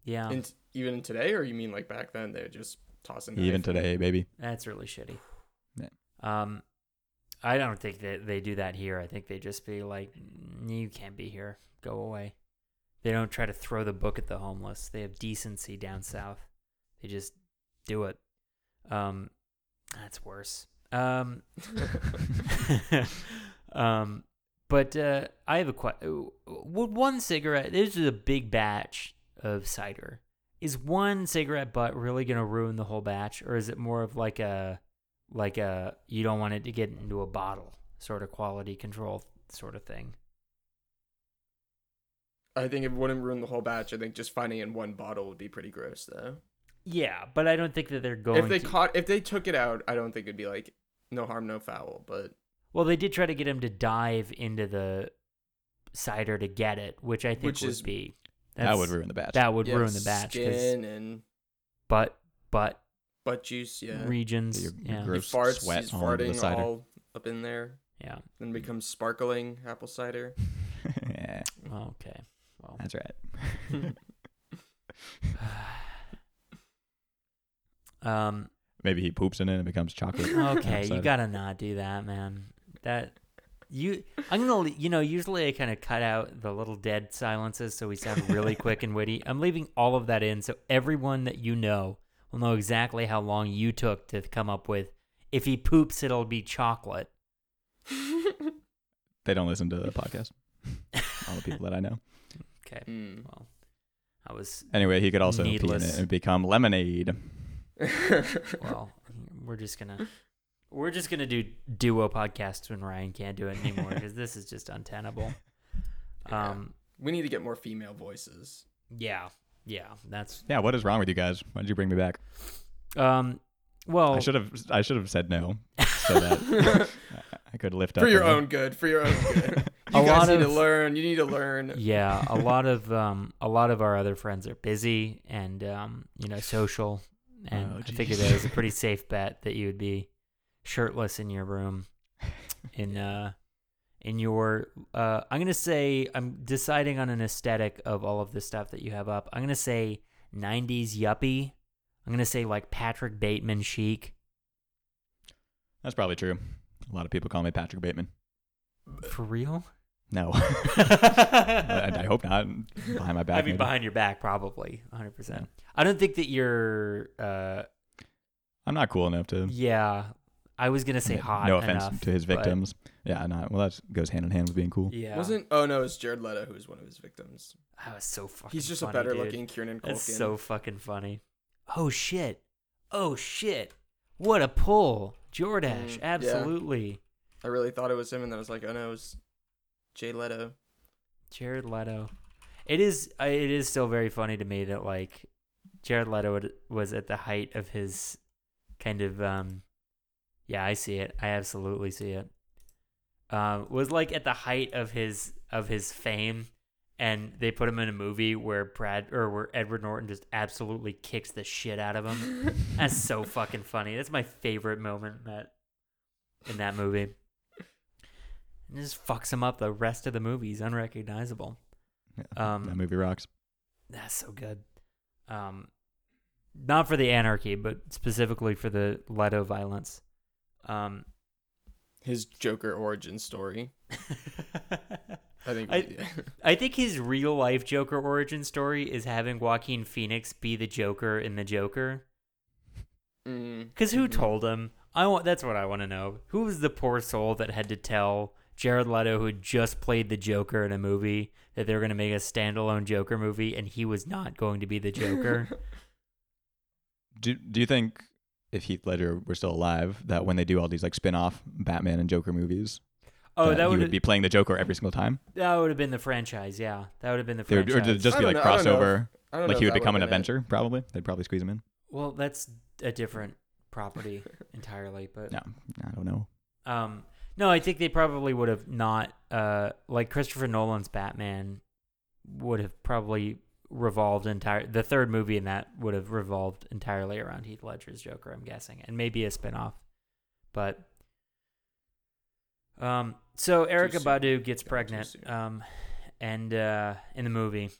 [SPEAKER 2] Yeah,
[SPEAKER 3] And even today, or you mean like back then, they would just toss in
[SPEAKER 1] Even today, baby.
[SPEAKER 2] that's really shitty.
[SPEAKER 1] Yeah.
[SPEAKER 2] Um, I don't think that they do that here. I think they just be like, "Mm, "You can't be here. Go away." They don't try to throw the book at the homeless. They have decency down south. They just do it. Um, that's worse. Um, um, but uh, I have a question. Would one cigarette? This is a big batch of cider. Is one cigarette butt really going to ruin the whole batch, or is it more of like a like a you don't want it to get into a bottle sort of quality control sort of thing?
[SPEAKER 3] I think it wouldn't ruin the whole batch. I think just finding it in one bottle would be pretty gross, though.
[SPEAKER 2] Yeah, but I don't think that they're going.
[SPEAKER 3] if they
[SPEAKER 2] to,
[SPEAKER 3] caught, if they took it out, I don't think it'd be like no harm, no foul. But
[SPEAKER 2] well, they did try to get him to dive into the cider to get it, which I think
[SPEAKER 3] Which
[SPEAKER 2] would
[SPEAKER 3] is-
[SPEAKER 2] be
[SPEAKER 1] that
[SPEAKER 2] that's-
[SPEAKER 1] would ruin the batch.
[SPEAKER 2] that would
[SPEAKER 3] yeah,
[SPEAKER 2] ruin the batch. 'cause
[SPEAKER 3] Skin and
[SPEAKER 2] butt butt
[SPEAKER 3] butt juice, yeah.
[SPEAKER 2] regions.
[SPEAKER 1] Your- your
[SPEAKER 2] yeah.
[SPEAKER 1] gro-
[SPEAKER 3] He
[SPEAKER 1] Gross
[SPEAKER 3] farts,
[SPEAKER 1] sweat
[SPEAKER 3] he's
[SPEAKER 1] all over the
[SPEAKER 3] farting
[SPEAKER 1] cider.
[SPEAKER 3] all up in there,
[SPEAKER 2] yeah.
[SPEAKER 3] then becomes sparkling apple cider.
[SPEAKER 1] yeah,
[SPEAKER 2] Okay. Well.
[SPEAKER 1] that's right.
[SPEAKER 2] Um.
[SPEAKER 1] Maybe he poops in it and it becomes chocolate.
[SPEAKER 2] Okay. you
[SPEAKER 1] outside.
[SPEAKER 2] gotta not do that, man. That you. I'm gonna. le- You know. Usually I kind of cut out the little dead silences so we sound really quick and witty. I'm leaving all of that in so everyone that you know will know exactly how long you took to come up with. If he poops, it'll be chocolate.
[SPEAKER 3] Hmm.
[SPEAKER 1] They don't listen to the podcast. All the people that I know.
[SPEAKER 2] Okay.
[SPEAKER 3] Mm.
[SPEAKER 2] Well, I was
[SPEAKER 1] Anyway, he could also pee in
[SPEAKER 2] Needless.
[SPEAKER 1] it and become lemonade.
[SPEAKER 2] well, we're just gonna we're just gonna do duo podcasts when Ryan can't do it anymore because this is just untenable.
[SPEAKER 3] Yeah.
[SPEAKER 2] Um,
[SPEAKER 3] we need to get more female voices.
[SPEAKER 2] yeah, yeah, that's
[SPEAKER 1] Yeah, what is wrong with you guys? Why did you bring me back?
[SPEAKER 2] um. Well,
[SPEAKER 1] I should have. I should have said no, so that I- I could lift up
[SPEAKER 3] For your
[SPEAKER 1] a little.
[SPEAKER 3] own good. For your own good. You
[SPEAKER 2] A lot
[SPEAKER 3] guys need to
[SPEAKER 2] of-
[SPEAKER 3] learn. You need to learn.
[SPEAKER 2] yeah, a lot of um, a lot of our other friends are busy and um, you know, social, and
[SPEAKER 1] Oh,
[SPEAKER 2] I
[SPEAKER 1] geez.
[SPEAKER 2] figured that was a pretty safe bet that you would be shirtless in your room in uh in your uh I'm gonna say I'm deciding on an aesthetic of all of the stuff that you have up. I'm gonna say nineties yuppie. I'm gonna say like Patrick Bateman chic.
[SPEAKER 1] That's probably true. A lot of people call me Patrick Bateman.
[SPEAKER 2] For real?
[SPEAKER 1] No, I, I
[SPEAKER 2] I
[SPEAKER 1] hope not. Behind my back.
[SPEAKER 2] I mean
[SPEAKER 1] maybe.
[SPEAKER 2] behind your back probably, hundred percent. I don't think that you're uh
[SPEAKER 1] I'm not cool enough to
[SPEAKER 2] yeah. I was gonna say
[SPEAKER 1] Yeah,
[SPEAKER 2] hot.
[SPEAKER 1] No offense
[SPEAKER 2] enough,
[SPEAKER 1] to his
[SPEAKER 2] but-
[SPEAKER 1] victims. Yeah, not well. That goes hand in hand with being cool.
[SPEAKER 2] Yeah.
[SPEAKER 3] Wasn't oh no, it's Jared Leto who was one of his victims.
[SPEAKER 2] I was so fucking
[SPEAKER 3] He's just
[SPEAKER 2] funny,
[SPEAKER 3] a better
[SPEAKER 2] dude.
[SPEAKER 3] looking Kieran Culkin.
[SPEAKER 2] That's so fucking funny. Oh shit. Oh shit. What a pull.
[SPEAKER 3] Mm,
[SPEAKER 2] Jordash,
[SPEAKER 3] yeah.
[SPEAKER 2] absolutely.
[SPEAKER 3] I really thought it was him, and then I was like, oh no, it's Jay Leto.
[SPEAKER 2] Jared Leto. It is I- it is still very funny to me that like Jared Leto would- was at the height of his kind of um yeah, I see it. I absolutely see it. Um was like at the height of his of his fame and they put him in a movie where Brad or where Edward Norton just absolutely kicks the shit out of him. That's so fucking funny. That's my favorite moment in that in that movie. And just fucks him up the rest of the movie. He's unrecognizable.
[SPEAKER 1] Yeah,
[SPEAKER 2] Um,
[SPEAKER 1] that movie rocks.
[SPEAKER 2] That's so good. Um, not for the anarchy, but specifically for the Leto violence. Um,
[SPEAKER 3] His Joker origin story. I think.
[SPEAKER 2] I-
[SPEAKER 3] yeah.
[SPEAKER 2] I think his real life Joker origin story is having Joaquin Phoenix be the Joker in the Joker.
[SPEAKER 3] Mm.
[SPEAKER 2] Because who
[SPEAKER 3] Mhm.
[SPEAKER 2] told him? I want. That's what I want to know. Who was the poor soul that had to tell Jared Leto, who had just played the Joker in a movie, that they were going to make a standalone Joker movie, and he was not going to be the Joker?
[SPEAKER 1] Do Do you think if Heath Ledger were still alive, that when they do all these like spin-off Batman and Joker movies,
[SPEAKER 2] oh,
[SPEAKER 1] that,
[SPEAKER 2] that
[SPEAKER 1] he
[SPEAKER 2] would
[SPEAKER 1] would be playing the Joker every single time?
[SPEAKER 2] that would have been the franchise. Yeah, that would have been the
[SPEAKER 1] They would,
[SPEAKER 2] franchise.
[SPEAKER 1] or it'd just
[SPEAKER 3] I
[SPEAKER 1] be
[SPEAKER 3] don't
[SPEAKER 1] like
[SPEAKER 3] know- I don't know if-
[SPEAKER 1] crossover,
[SPEAKER 3] I don't know
[SPEAKER 1] like
[SPEAKER 3] if
[SPEAKER 1] he would
[SPEAKER 3] that would've
[SPEAKER 1] become an
[SPEAKER 3] been it.
[SPEAKER 1] adventure. Probably they'd probably squeeze him in.
[SPEAKER 2] well, that's a different property entirely. But
[SPEAKER 1] No, I don't know.
[SPEAKER 2] Um, no, I think they probably would have not. Uh, like Christopher Nolan's Batman would have probably revolved entire. The third movie in that would have revolved entirely around Heath Ledger's Joker. I'm guessing, and maybe a spinoff, but. Um. So Erica
[SPEAKER 3] soon.
[SPEAKER 2] Badu gets
[SPEAKER 3] Gone too
[SPEAKER 2] pregnant.
[SPEAKER 3] soon.
[SPEAKER 2] Um, and uh, in the movie,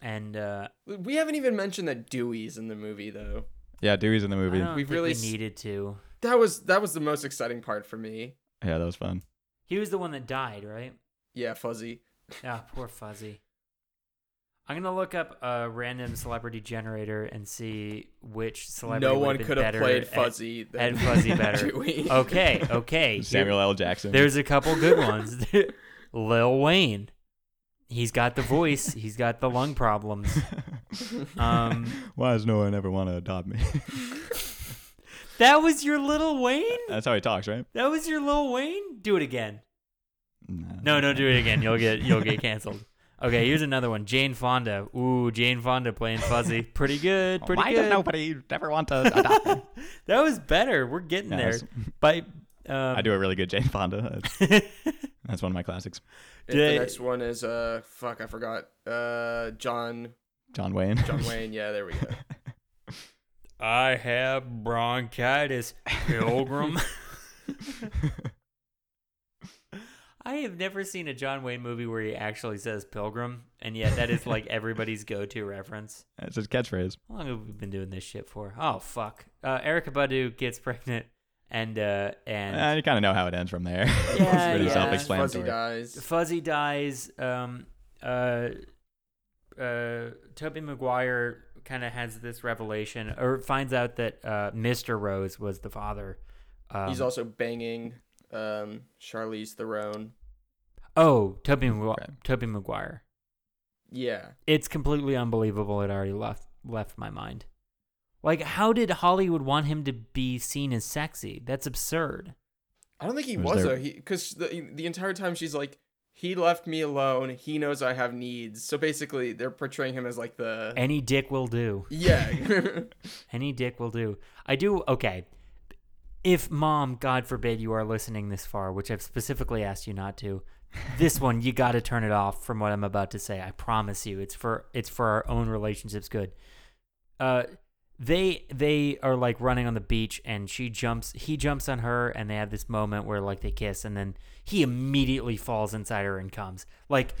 [SPEAKER 2] And uh,
[SPEAKER 3] We haven't even mentioned that Dewey's in the movie though.
[SPEAKER 1] Yeah, Dewey's in the
[SPEAKER 2] I
[SPEAKER 1] movie.
[SPEAKER 2] don't
[SPEAKER 3] We've
[SPEAKER 2] think
[SPEAKER 3] really
[SPEAKER 2] we
[SPEAKER 3] s-
[SPEAKER 2] needed to.
[SPEAKER 3] That was that was the most exciting part for me.
[SPEAKER 1] Yeah, that was fun.
[SPEAKER 2] He was the one that died, right?
[SPEAKER 3] Yeah, Fuzzy.
[SPEAKER 2] Ah, poor Fuzzy. I'm gonna look up a random celebrity generator and see which celebrity.
[SPEAKER 3] no
[SPEAKER 2] would've
[SPEAKER 3] one
[SPEAKER 2] been
[SPEAKER 3] could have
[SPEAKER 2] better
[SPEAKER 3] played
[SPEAKER 2] at-
[SPEAKER 3] Fuzzy. than
[SPEAKER 2] and Fuzzy better. Oh.
[SPEAKER 3] Dewey.
[SPEAKER 2] Okay, okay. here-
[SPEAKER 1] Samuel L. Jackson.
[SPEAKER 2] There's a couple good ones. Lil Wayne. He's got the voice. He's got the lung problems. Um,
[SPEAKER 1] Why does no one ever want to adopt me?
[SPEAKER 2] that was your Lil Wayne.
[SPEAKER 1] That's how he talks, right?
[SPEAKER 2] That was your Lil Wayne. Do it again.
[SPEAKER 1] Nah.
[SPEAKER 2] No, no, do it again. You'll get you'll get canceled. Okay, here's another one. Jane Fonda. Ooh, Jane Fonda playing Fuzzy. Pretty good. Pretty
[SPEAKER 1] Why
[SPEAKER 2] good.
[SPEAKER 1] does nobody ever want to adopt me?
[SPEAKER 2] that was better. We're getting
[SPEAKER 1] Yeah,
[SPEAKER 2] there.
[SPEAKER 1] that's-
[SPEAKER 2] By um,
[SPEAKER 1] I do a really good Jane Fonda. That's, that's one of my classics.
[SPEAKER 3] And
[SPEAKER 2] Did-
[SPEAKER 3] the next one is uh fuck I forgot uh John
[SPEAKER 1] John Wayne.
[SPEAKER 3] John Wayne yeah there we go
[SPEAKER 2] I have bronchitis, Pilgrim. I have never seen a John Wayne movie where he actually says Pilgrim, and yet that is like everybody's go-to reference.
[SPEAKER 1] That's his catchphrase.
[SPEAKER 2] How long have we been doing this shit for? Oh fuck! Uh, Erica Badu gets pregnant, and uh, and
[SPEAKER 1] Uh, you kind of know how it ends from there.
[SPEAKER 2] Yeah,
[SPEAKER 1] it's pretty
[SPEAKER 2] yeah.
[SPEAKER 3] Fuzzy
[SPEAKER 1] self-explanatory.
[SPEAKER 3] dies
[SPEAKER 2] Fuzzy dies. Um, uh, uh, Toby Maguire kind of has this revelation, or finds out that uh, Mr. Rose was the father. Um,
[SPEAKER 3] he's also banging um Charlize Theron
[SPEAKER 2] oh Toby Magu-
[SPEAKER 1] Okay.
[SPEAKER 2] Toby Maguire.
[SPEAKER 3] yeah
[SPEAKER 2] It's completely unbelievable. It already left left my mind. Like, how did Hollywood want him to be seen as sexy? That's absurd.
[SPEAKER 3] I don't think he
[SPEAKER 1] Was
[SPEAKER 3] was
[SPEAKER 1] there-
[SPEAKER 3] though because the the entire time she's like he left me alone he knows I have needs so basically they're portraying him as like the
[SPEAKER 2] Any dick will do.
[SPEAKER 3] yeah
[SPEAKER 2] Any dick will do. I do. Okay. If mom, God forbid, you are listening this far, which I've specifically asked you not to, this one you got to turn it off from what I'm about to say. I promise you, it's for it's for our own relationships. Good. Uh, they they are like running on the beach, and she jumps. He jumps on her, and they have this moment where like they kiss, and then he immediately falls inside her and comes like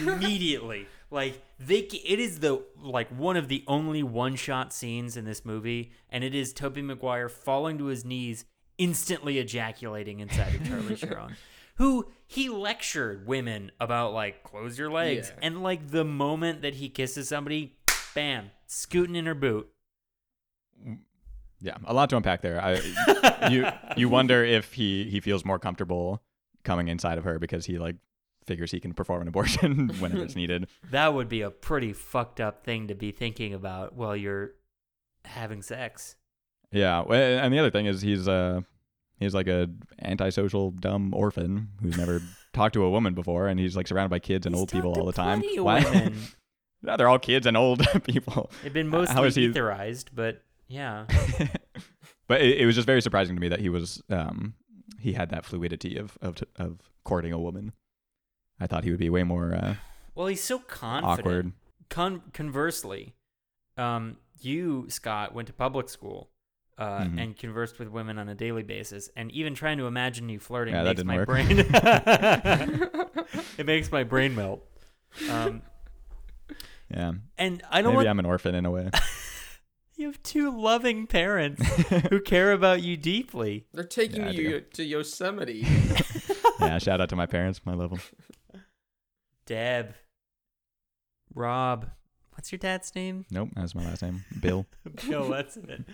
[SPEAKER 2] immediately. Like they, ca- it is the like one of the only one shot scenes in this movie, and it is Toby Maguire falling to his knees, instantly ejaculating inside of Charlie Sharon, who he lectured women about like close your legs,
[SPEAKER 3] Yeah.
[SPEAKER 2] and like the moment that he kisses somebody, bam, scooting in her boot.
[SPEAKER 1] Yeah, a lot to unpack there. I, you you wonder if he he feels more comfortable coming inside of her because he like figures he can perform an abortion whenever it's needed.
[SPEAKER 2] That would be a pretty fucked up thing to be thinking about while you're having sex.
[SPEAKER 1] Yeah, well, and the other thing is he's uh he's like a antisocial dumb orphan who's never talked to a woman before, and he's like surrounded by kids and
[SPEAKER 2] He's
[SPEAKER 1] old people
[SPEAKER 2] talked to
[SPEAKER 1] all the time.
[SPEAKER 2] plenty of
[SPEAKER 1] Why?
[SPEAKER 2] women.
[SPEAKER 1] yeah, they're all kids and old people.
[SPEAKER 2] It'd been
[SPEAKER 1] How
[SPEAKER 2] mostly
[SPEAKER 1] is he-
[SPEAKER 2] etherized, but yeah.
[SPEAKER 1] but it, it was just very surprising to me that he was um he had that fluidity of of of courting a woman. I thought he would be way more uh,
[SPEAKER 2] Well, he's so confident.
[SPEAKER 1] awkward.
[SPEAKER 2] Con- conversely, um, you Scott went to public school uh,
[SPEAKER 1] Mhm.
[SPEAKER 2] and conversed with women on a daily basis, and even trying to imagine you flirting
[SPEAKER 1] Yeah, that
[SPEAKER 2] makes
[SPEAKER 1] didn't
[SPEAKER 2] my
[SPEAKER 1] work.
[SPEAKER 2] brain. it makes my brain melt. Um,
[SPEAKER 1] Yeah,
[SPEAKER 2] and I don't
[SPEAKER 1] maybe
[SPEAKER 2] want
[SPEAKER 1] I'm an orphan in a way.
[SPEAKER 2] you have two loving parents who care about you deeply.
[SPEAKER 3] they're taking
[SPEAKER 1] Yeah, I
[SPEAKER 3] you to Yosemite
[SPEAKER 1] yeah, shout out to my parents, my level.
[SPEAKER 2] Deb, Rob, what's your dad's name?
[SPEAKER 1] Nope, that's my last name, Bill.
[SPEAKER 2] Bill, that's it.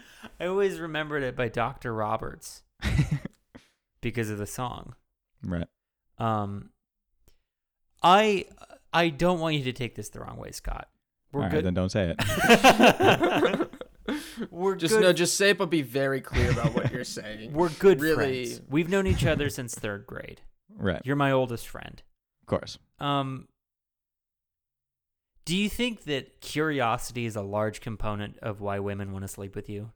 [SPEAKER 2] I always remembered it by Dr. Roberts because of the song.
[SPEAKER 1] right.
[SPEAKER 2] Um, I I don't want you to take this the wrong way, Scott. We're
[SPEAKER 1] All right, then
[SPEAKER 2] good.
[SPEAKER 1] don't say it.
[SPEAKER 2] we're
[SPEAKER 3] just
[SPEAKER 2] good.
[SPEAKER 3] no just say it but be very clear about what you're saying
[SPEAKER 2] we're good
[SPEAKER 3] really-
[SPEAKER 2] friends. We've known each other since third grade.
[SPEAKER 1] Right,
[SPEAKER 2] You're my oldest friend.
[SPEAKER 1] of course.
[SPEAKER 2] Um, do you think that curiosity is a large component of why women want to sleep with you?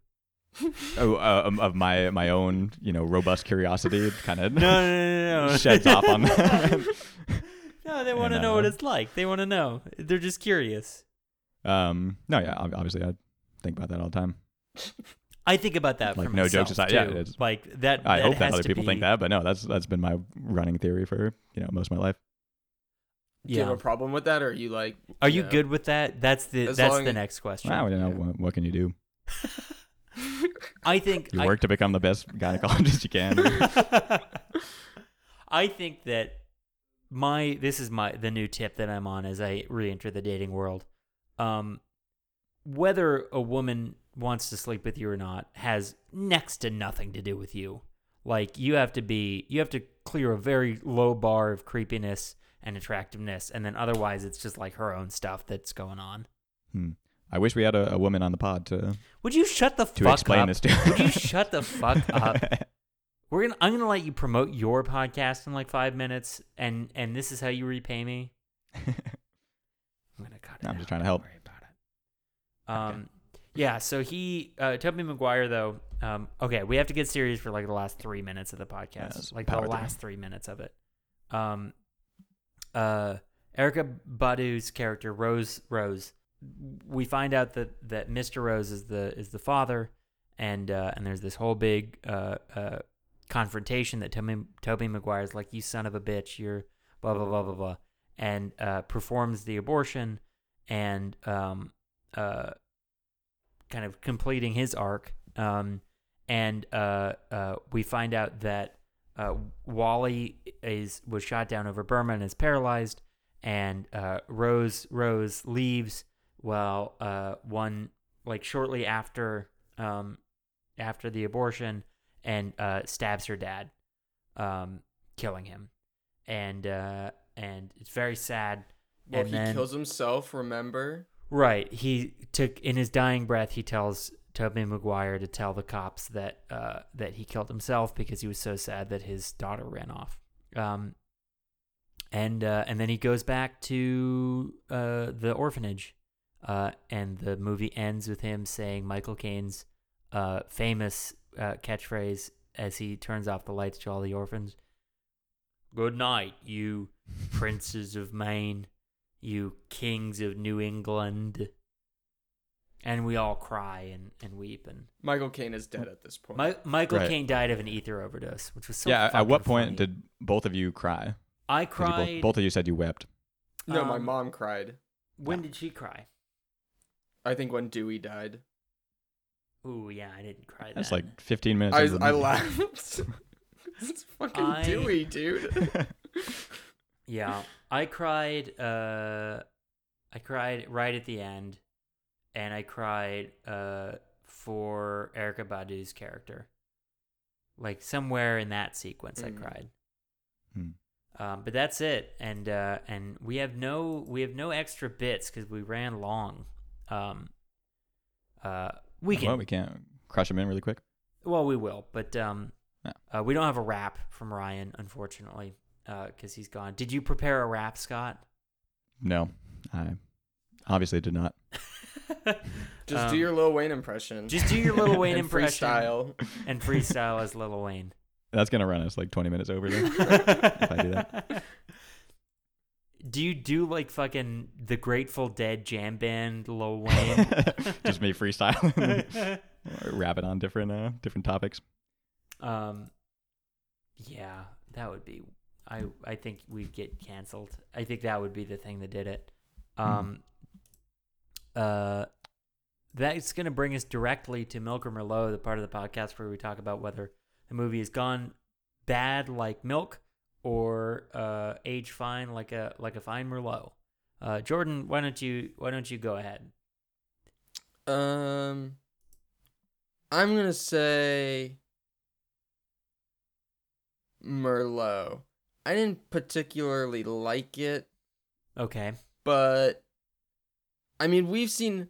[SPEAKER 1] Oh, uh, um, of my my own, you know, robust curiosity kind of
[SPEAKER 2] no,
[SPEAKER 1] sheds off on that.
[SPEAKER 2] No, they want to
[SPEAKER 1] And,
[SPEAKER 2] know what
[SPEAKER 1] uh,
[SPEAKER 2] it's like. They want to know. They're just curious.
[SPEAKER 1] um, no, yeah, ob- obviously I think about that all the time.
[SPEAKER 2] I think about that
[SPEAKER 1] Like,
[SPEAKER 2] for
[SPEAKER 1] no
[SPEAKER 2] myself
[SPEAKER 1] jokes aside,
[SPEAKER 2] too.
[SPEAKER 1] yeah, it's-
[SPEAKER 2] like that.
[SPEAKER 1] I
[SPEAKER 2] that
[SPEAKER 1] hope that
[SPEAKER 2] has
[SPEAKER 1] other
[SPEAKER 2] to
[SPEAKER 1] people
[SPEAKER 2] be-
[SPEAKER 1] think that, but no, that's that's been my running theory for you know most of my life.
[SPEAKER 3] Do you have
[SPEAKER 2] Yeah.
[SPEAKER 3] a problem with that, or are you like?
[SPEAKER 2] Are you
[SPEAKER 3] know?
[SPEAKER 2] good with that? That's the
[SPEAKER 3] As
[SPEAKER 2] that's
[SPEAKER 3] long
[SPEAKER 2] the
[SPEAKER 3] as-
[SPEAKER 2] next question.
[SPEAKER 1] Wow, you know what, what can you do?
[SPEAKER 2] I think
[SPEAKER 1] You
[SPEAKER 2] I-
[SPEAKER 1] work to become the best gynecologist you can.
[SPEAKER 2] I think that my this is my the new tip that I'm on as I re-enter the dating world. Um, whether a woman wants to sleep with you or not has next to nothing to do with you. Like you have to be you have to clear a very low bar of creepiness and attractiveness, and then otherwise it's just like her own stuff that's going on.
[SPEAKER 1] hmm. I wish we had a, a woman on the pod to
[SPEAKER 2] Would you shut the
[SPEAKER 1] to
[SPEAKER 2] fuck
[SPEAKER 1] explain
[SPEAKER 2] up?
[SPEAKER 1] this to.
[SPEAKER 2] Would you shut the fuck up? We're gonna. I'm gonna let you promote your podcast in like five minutes, and and this is how you repay me. I'm gonna cut it.
[SPEAKER 1] No, I'm just
[SPEAKER 2] out.
[SPEAKER 1] trying to
[SPEAKER 2] Don't
[SPEAKER 1] help.
[SPEAKER 2] worry about it. Um, yeah. So he, uh, Toby McGuire, though. Um, okay, we have to get serious for like the last three minutes of the podcast,
[SPEAKER 1] let's
[SPEAKER 2] like the
[SPEAKER 1] power through.
[SPEAKER 2] last three minutes of it. Um, uh, Erica Badu's character Rose Rose. We find out that that Mr. Rose is the is the father, and uh, and there's this whole big uh, uh, confrontation that Toby Toby McGuire's like, "You son of a bitch, you're blah blah blah blah blah," and uh, performs the abortion and um uh kind of completing his arc. Um, and uh, uh, we find out that uh, Wally is was shot down over Burma and is paralyzed, and uh, Rose Rose leaves while uh, one like shortly after um, after the abortion and uh, stabs her dad, um, killing him, and uh, and it's very sad.
[SPEAKER 3] Well,
[SPEAKER 2] and
[SPEAKER 3] he
[SPEAKER 2] then,
[SPEAKER 3] kills himself. Remember?
[SPEAKER 2] Right. He took in his dying breath. He tells Toby Maguire to tell the cops that uh, that he killed himself because he was so sad that his daughter ran off. Um, and uh, and then he goes back to uh, the orphanage, uh, and the movie ends with him saying Michael Caine's uh, famous uh, catchphrase as he turns off the lights to all the orphans. Good night, you princes of Maine, you kings of New England. And we all cry and, and weep. And
[SPEAKER 3] Michael Caine is dead at this point.
[SPEAKER 2] Mi- Michael
[SPEAKER 1] Right.
[SPEAKER 2] Caine died of an ether overdose, which was so.
[SPEAKER 1] yeah. At what
[SPEAKER 2] fucking
[SPEAKER 1] point
[SPEAKER 2] funny.
[SPEAKER 1] did both of you cry?
[SPEAKER 2] I
[SPEAKER 1] 'Cause you both-
[SPEAKER 2] cried?
[SPEAKER 1] Both, of you said you wept.
[SPEAKER 3] no, my
[SPEAKER 2] um,
[SPEAKER 3] mom cried.
[SPEAKER 2] When did she cry?
[SPEAKER 3] I think when Dewey died,
[SPEAKER 2] Ooh, yeah, I didn't cry.
[SPEAKER 1] That's
[SPEAKER 2] then.
[SPEAKER 1] like 15 minutes.
[SPEAKER 3] I
[SPEAKER 1] into the
[SPEAKER 3] I
[SPEAKER 1] movie.
[SPEAKER 3] laughed. it's fucking
[SPEAKER 2] I-
[SPEAKER 3] Dewey, dude.
[SPEAKER 2] Yeah, I cried. Uh, I cried right at the end, and I cried uh, for Erica Badu's character. Like somewhere in that sequence, I
[SPEAKER 3] Mm.
[SPEAKER 2] cried.
[SPEAKER 1] Hmm.
[SPEAKER 2] Um, but that's it, and uh, and we have no we have no extra bits because we ran long. Um, uh, we can
[SPEAKER 1] Well, we can't crush them in really quick.
[SPEAKER 2] well, we will, but um,
[SPEAKER 1] Yeah.
[SPEAKER 2] uh, we don't have a rap from Ryan, unfortunately, because he's gone. Did you prepare a rap, Scott?
[SPEAKER 1] No, I obviously did not.
[SPEAKER 3] Just
[SPEAKER 2] Um,
[SPEAKER 3] do your Lil Wayne impression.
[SPEAKER 2] just do your Lil Wayne
[SPEAKER 3] and
[SPEAKER 2] impression
[SPEAKER 3] freestyle.
[SPEAKER 2] and freestyle as Lil Wayne.
[SPEAKER 1] That's gonna run us like 20 minutes over. Though. I do
[SPEAKER 2] that. Do you do like fucking the Grateful Dead jam band, Lil Wayne?
[SPEAKER 1] Just me freestyling, or rapping on different uh, different topics.
[SPEAKER 2] um, yeah, that would be. I I think we'd get canceled. I think that would be the thing that did it.
[SPEAKER 3] Hmm.
[SPEAKER 2] Um, uh, that's going to bring us directly to Milk or Merlot, the part of the podcast where we talk about whether the movie has gone bad like milk or uh, age fine like a like a fine Merlot. Uh, Jordan, why don't you why don't you go ahead?
[SPEAKER 3] Um, I'm gonna say Merlot. I didn't particularly like it,
[SPEAKER 2] Okay.
[SPEAKER 3] but I mean, we've seen.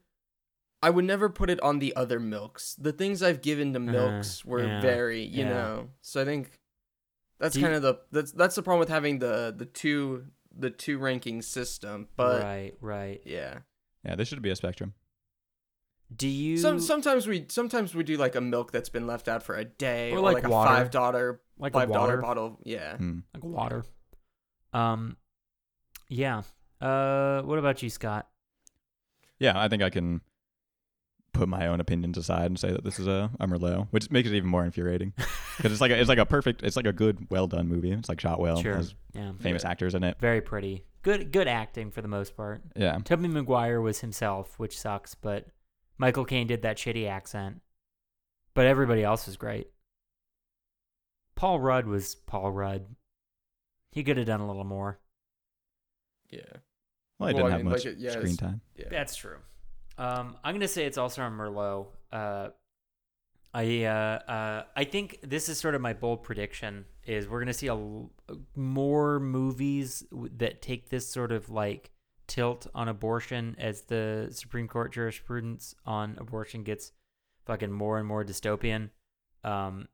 [SPEAKER 3] I would never put it on the other milks. The things I've given to
[SPEAKER 2] Uh-huh,
[SPEAKER 3] milks were
[SPEAKER 2] yeah,
[SPEAKER 3] very, you
[SPEAKER 2] yeah.
[SPEAKER 3] know. So I think that's
[SPEAKER 2] Do you-
[SPEAKER 3] kind of the that's that's the problem with having the the two the two ranking system. But
[SPEAKER 2] right, right.
[SPEAKER 3] yeah,
[SPEAKER 1] Yeah, this should be a spectrum.
[SPEAKER 2] Do you
[SPEAKER 3] Some sometimes we sometimes we do like a milk that's been left out for a day,
[SPEAKER 2] Or
[SPEAKER 3] or,
[SPEAKER 2] like
[SPEAKER 3] like, a
[SPEAKER 2] water.
[SPEAKER 3] five dollar
[SPEAKER 2] like a
[SPEAKER 3] five dollar
[SPEAKER 2] water? Mm.
[SPEAKER 3] bottle. Yeah,
[SPEAKER 1] Hmm.
[SPEAKER 2] like water. Um, yeah. Uh, what about you, Scott?
[SPEAKER 1] Yeah, I think I can put my own opinions aside and say that this is a, a Merlot, which makes it even more infuriating because it's like a, it's like a perfect, it's like a good, well done movie. It's like shot well,
[SPEAKER 2] Sure.
[SPEAKER 1] has
[SPEAKER 2] Yeah.
[SPEAKER 1] famous actors in it.
[SPEAKER 2] Very pretty. Good good acting for the most part.
[SPEAKER 1] Yeah,
[SPEAKER 2] Tobey Maguire was himself, which sucks, but Michael Caine did that shitty accent. But everybody else was great. Paul Rudd was Paul Rudd. He could have done a little more.
[SPEAKER 3] Yeah.
[SPEAKER 1] well, I
[SPEAKER 3] Well,
[SPEAKER 1] didn't
[SPEAKER 3] I
[SPEAKER 1] have
[SPEAKER 3] mean,
[SPEAKER 1] much
[SPEAKER 3] like it- yeah,
[SPEAKER 1] screen
[SPEAKER 3] it's-
[SPEAKER 1] time.
[SPEAKER 3] Yeah.
[SPEAKER 2] That's true. Um, I'm gonna say it's also on Merlot. Uh, I uh, uh, I think this is sort of my bold prediction is we're gonna see a l- more movies w- that take this sort of like tilt on abortion as the Supreme Court jurisprudence on abortion gets fucking more and more dystopian. Um,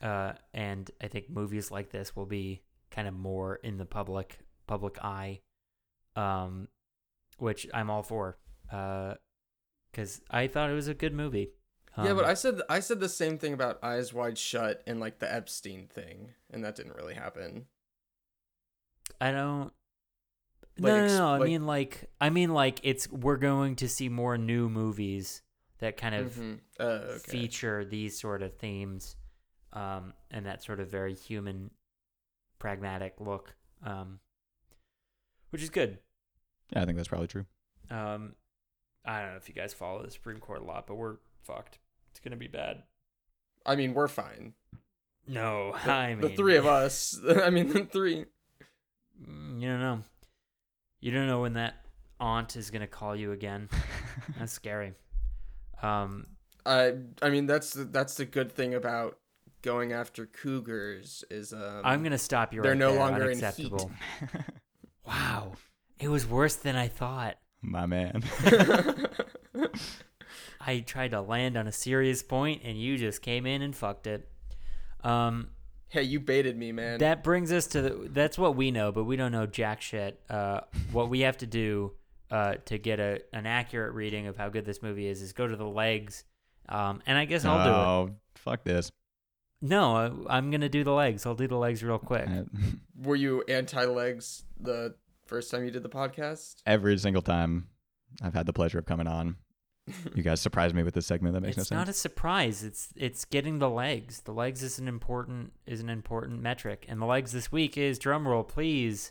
[SPEAKER 2] uh, and I think movies like this will be kind of more in the public public eye. Um, which I'm all for, because I thought it was a good movie.
[SPEAKER 3] yeah,
[SPEAKER 2] Um,
[SPEAKER 3] but I said I said the same thing about Eyes Wide Shut and like the Epstein thing, and that didn't really happen.
[SPEAKER 2] I don't.
[SPEAKER 3] Like,
[SPEAKER 2] no, no,
[SPEAKER 3] ex-
[SPEAKER 2] no. I
[SPEAKER 3] like-
[SPEAKER 2] mean, like, I mean, like, it's we're going to see more new movies that kind of
[SPEAKER 3] Mhm. Oh, okay.
[SPEAKER 2] feature these sort of themes, um, and that sort of very human, pragmatic look, um, which is good.
[SPEAKER 1] Yeah, I think that's probably true.
[SPEAKER 2] Um, I don't know if you guys follow the Supreme Court a lot, but we're fucked. It's gonna be bad.
[SPEAKER 3] I mean, we're fine.
[SPEAKER 2] No,
[SPEAKER 3] The,
[SPEAKER 2] I mean
[SPEAKER 3] the three of us. I mean, the three.
[SPEAKER 2] Mm, You don't know. You don't know when that aunt is gonna call you again. That's scary. Um,
[SPEAKER 3] I I mean, that's the, that's the good thing about going after cougars is um.
[SPEAKER 2] I'm gonna stop you.
[SPEAKER 3] they're
[SPEAKER 2] right
[SPEAKER 3] no
[SPEAKER 2] there.
[SPEAKER 3] longer in heat.
[SPEAKER 2] unacceptable. Wow, it was worse than I thought.
[SPEAKER 1] My man.
[SPEAKER 2] I tried to land on a serious point, and you just came in and fucked it. Um,
[SPEAKER 3] hey, you baited me, man.
[SPEAKER 2] that brings us to the, that's what we know, but we don't know jack shit. Uh, what we have to do uh, to get a an accurate reading of how good this movie is is go to the legs. Um, and I guess I'll do
[SPEAKER 1] oh,
[SPEAKER 2] it.
[SPEAKER 1] fuck this.
[SPEAKER 2] No, I, I'm gonna do the legs. I'll do the legs real quick.
[SPEAKER 1] I-
[SPEAKER 3] Were you anti legs the first time you did the podcast?
[SPEAKER 1] every single time I've had the pleasure of coming on, you guys surprise me with this segment. That makes
[SPEAKER 2] it's
[SPEAKER 1] no
[SPEAKER 2] not
[SPEAKER 1] sense.
[SPEAKER 2] a surprise. It's it's getting the legs. The legs is an important is an important metric, and the legs this week is drumroll please.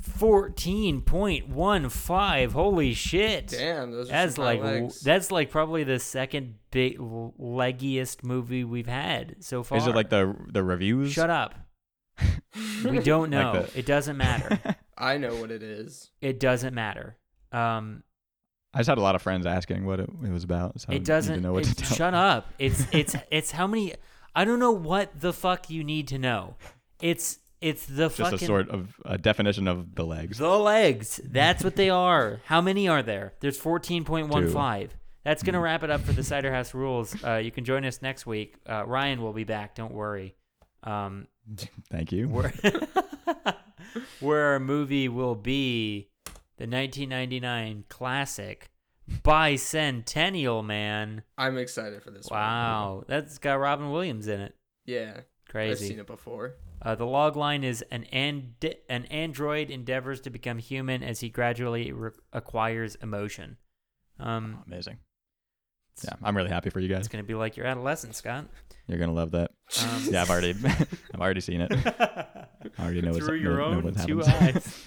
[SPEAKER 2] Fourteen point one five. Holy shit!
[SPEAKER 3] Damn, those are
[SPEAKER 2] that's
[SPEAKER 3] some high
[SPEAKER 2] like
[SPEAKER 3] legs.
[SPEAKER 2] that's like probably the second big leggiest movie we've had so far.
[SPEAKER 1] Is it like the the reviews?
[SPEAKER 2] shut up? We don't know.
[SPEAKER 1] Like the-
[SPEAKER 2] it doesn't matter.
[SPEAKER 3] I know what it is.
[SPEAKER 2] it doesn't matter. Um,
[SPEAKER 1] I just had a lot of friends asking what it, it was about. So I
[SPEAKER 2] it
[SPEAKER 1] didn't
[SPEAKER 2] doesn't
[SPEAKER 1] know what to
[SPEAKER 2] it-
[SPEAKER 1] tell.
[SPEAKER 2] shut up it's it's it's how many i don't know what the fuck you need to know it's it's the
[SPEAKER 1] Just
[SPEAKER 2] fucking
[SPEAKER 1] a sort of a definition of the legs.
[SPEAKER 2] the legs that's what they are how many are there there's 14.15 that's
[SPEAKER 1] Mm.
[SPEAKER 2] gonna wrap it up for the cider house rules uh, you can join us next week uh, ryan will be back don't worry um,
[SPEAKER 1] Thank you.
[SPEAKER 2] where, where our movie will be the 1999 classic bicentennial man
[SPEAKER 3] I'm excited for this one.
[SPEAKER 2] Wow, that's got Robin Williams in it.
[SPEAKER 3] Yeah. I've seen
[SPEAKER 2] Crazy.
[SPEAKER 3] it before.
[SPEAKER 2] Uh, the log line is an and an android endeavors to become human as he gradually re- acquires emotion. Um,
[SPEAKER 1] Amazing. Yeah, I'm really happy for you
[SPEAKER 2] it's
[SPEAKER 1] guys.
[SPEAKER 2] gonna be like your adolescence, Scott.
[SPEAKER 1] You're gonna love that.
[SPEAKER 2] Um,
[SPEAKER 1] Yeah, I've already, I've already seen it. I already know what's
[SPEAKER 2] Through your
[SPEAKER 1] know- know
[SPEAKER 2] own
[SPEAKER 1] what
[SPEAKER 2] two
[SPEAKER 1] happens.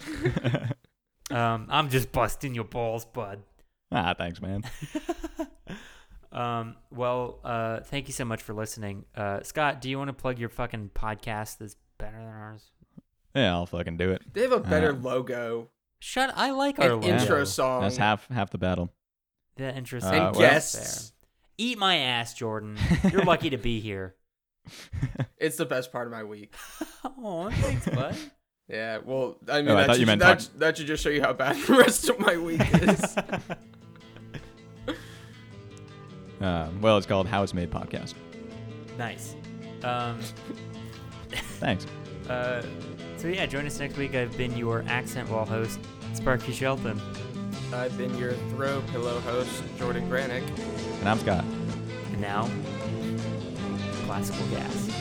[SPEAKER 2] um, I'm just busting your balls, bud.
[SPEAKER 1] ah, thanks, man.
[SPEAKER 2] um, well, uh, thank you so much for listening, uh, Scott. Do you want to plug your fucking podcast that's better than ours?
[SPEAKER 1] Yeah, I'll fucking do it.
[SPEAKER 3] They have a better
[SPEAKER 1] Uh,
[SPEAKER 3] logo
[SPEAKER 2] Shut. I like our
[SPEAKER 3] and
[SPEAKER 2] logo.
[SPEAKER 3] intro song.
[SPEAKER 2] Um,
[SPEAKER 1] That's half half the battle.
[SPEAKER 2] The interesting.
[SPEAKER 1] And
[SPEAKER 2] stuff
[SPEAKER 3] guests.
[SPEAKER 2] there. Eat my ass, Jordan. Mm. You're lucky to be here.
[SPEAKER 3] It's the best part of my week.
[SPEAKER 2] oh, thanks, bud.
[SPEAKER 3] Yeah, well, I mean,
[SPEAKER 1] Oh, I
[SPEAKER 3] that,
[SPEAKER 1] thought
[SPEAKER 3] should,
[SPEAKER 1] you meant
[SPEAKER 3] that,
[SPEAKER 1] talk-
[SPEAKER 3] sh- that should just show you how bad the rest of my week is.
[SPEAKER 1] Uh, well, it's called How It's Made podcast.
[SPEAKER 2] nice. Um,
[SPEAKER 1] Thanks.
[SPEAKER 2] uh, so yeah, join us next week. I've been your accent wall host, Sparky Shelton.
[SPEAKER 3] I've been your throw pillow host, Jordan Granick.
[SPEAKER 1] And I'm Scott.
[SPEAKER 2] And now, classical gas.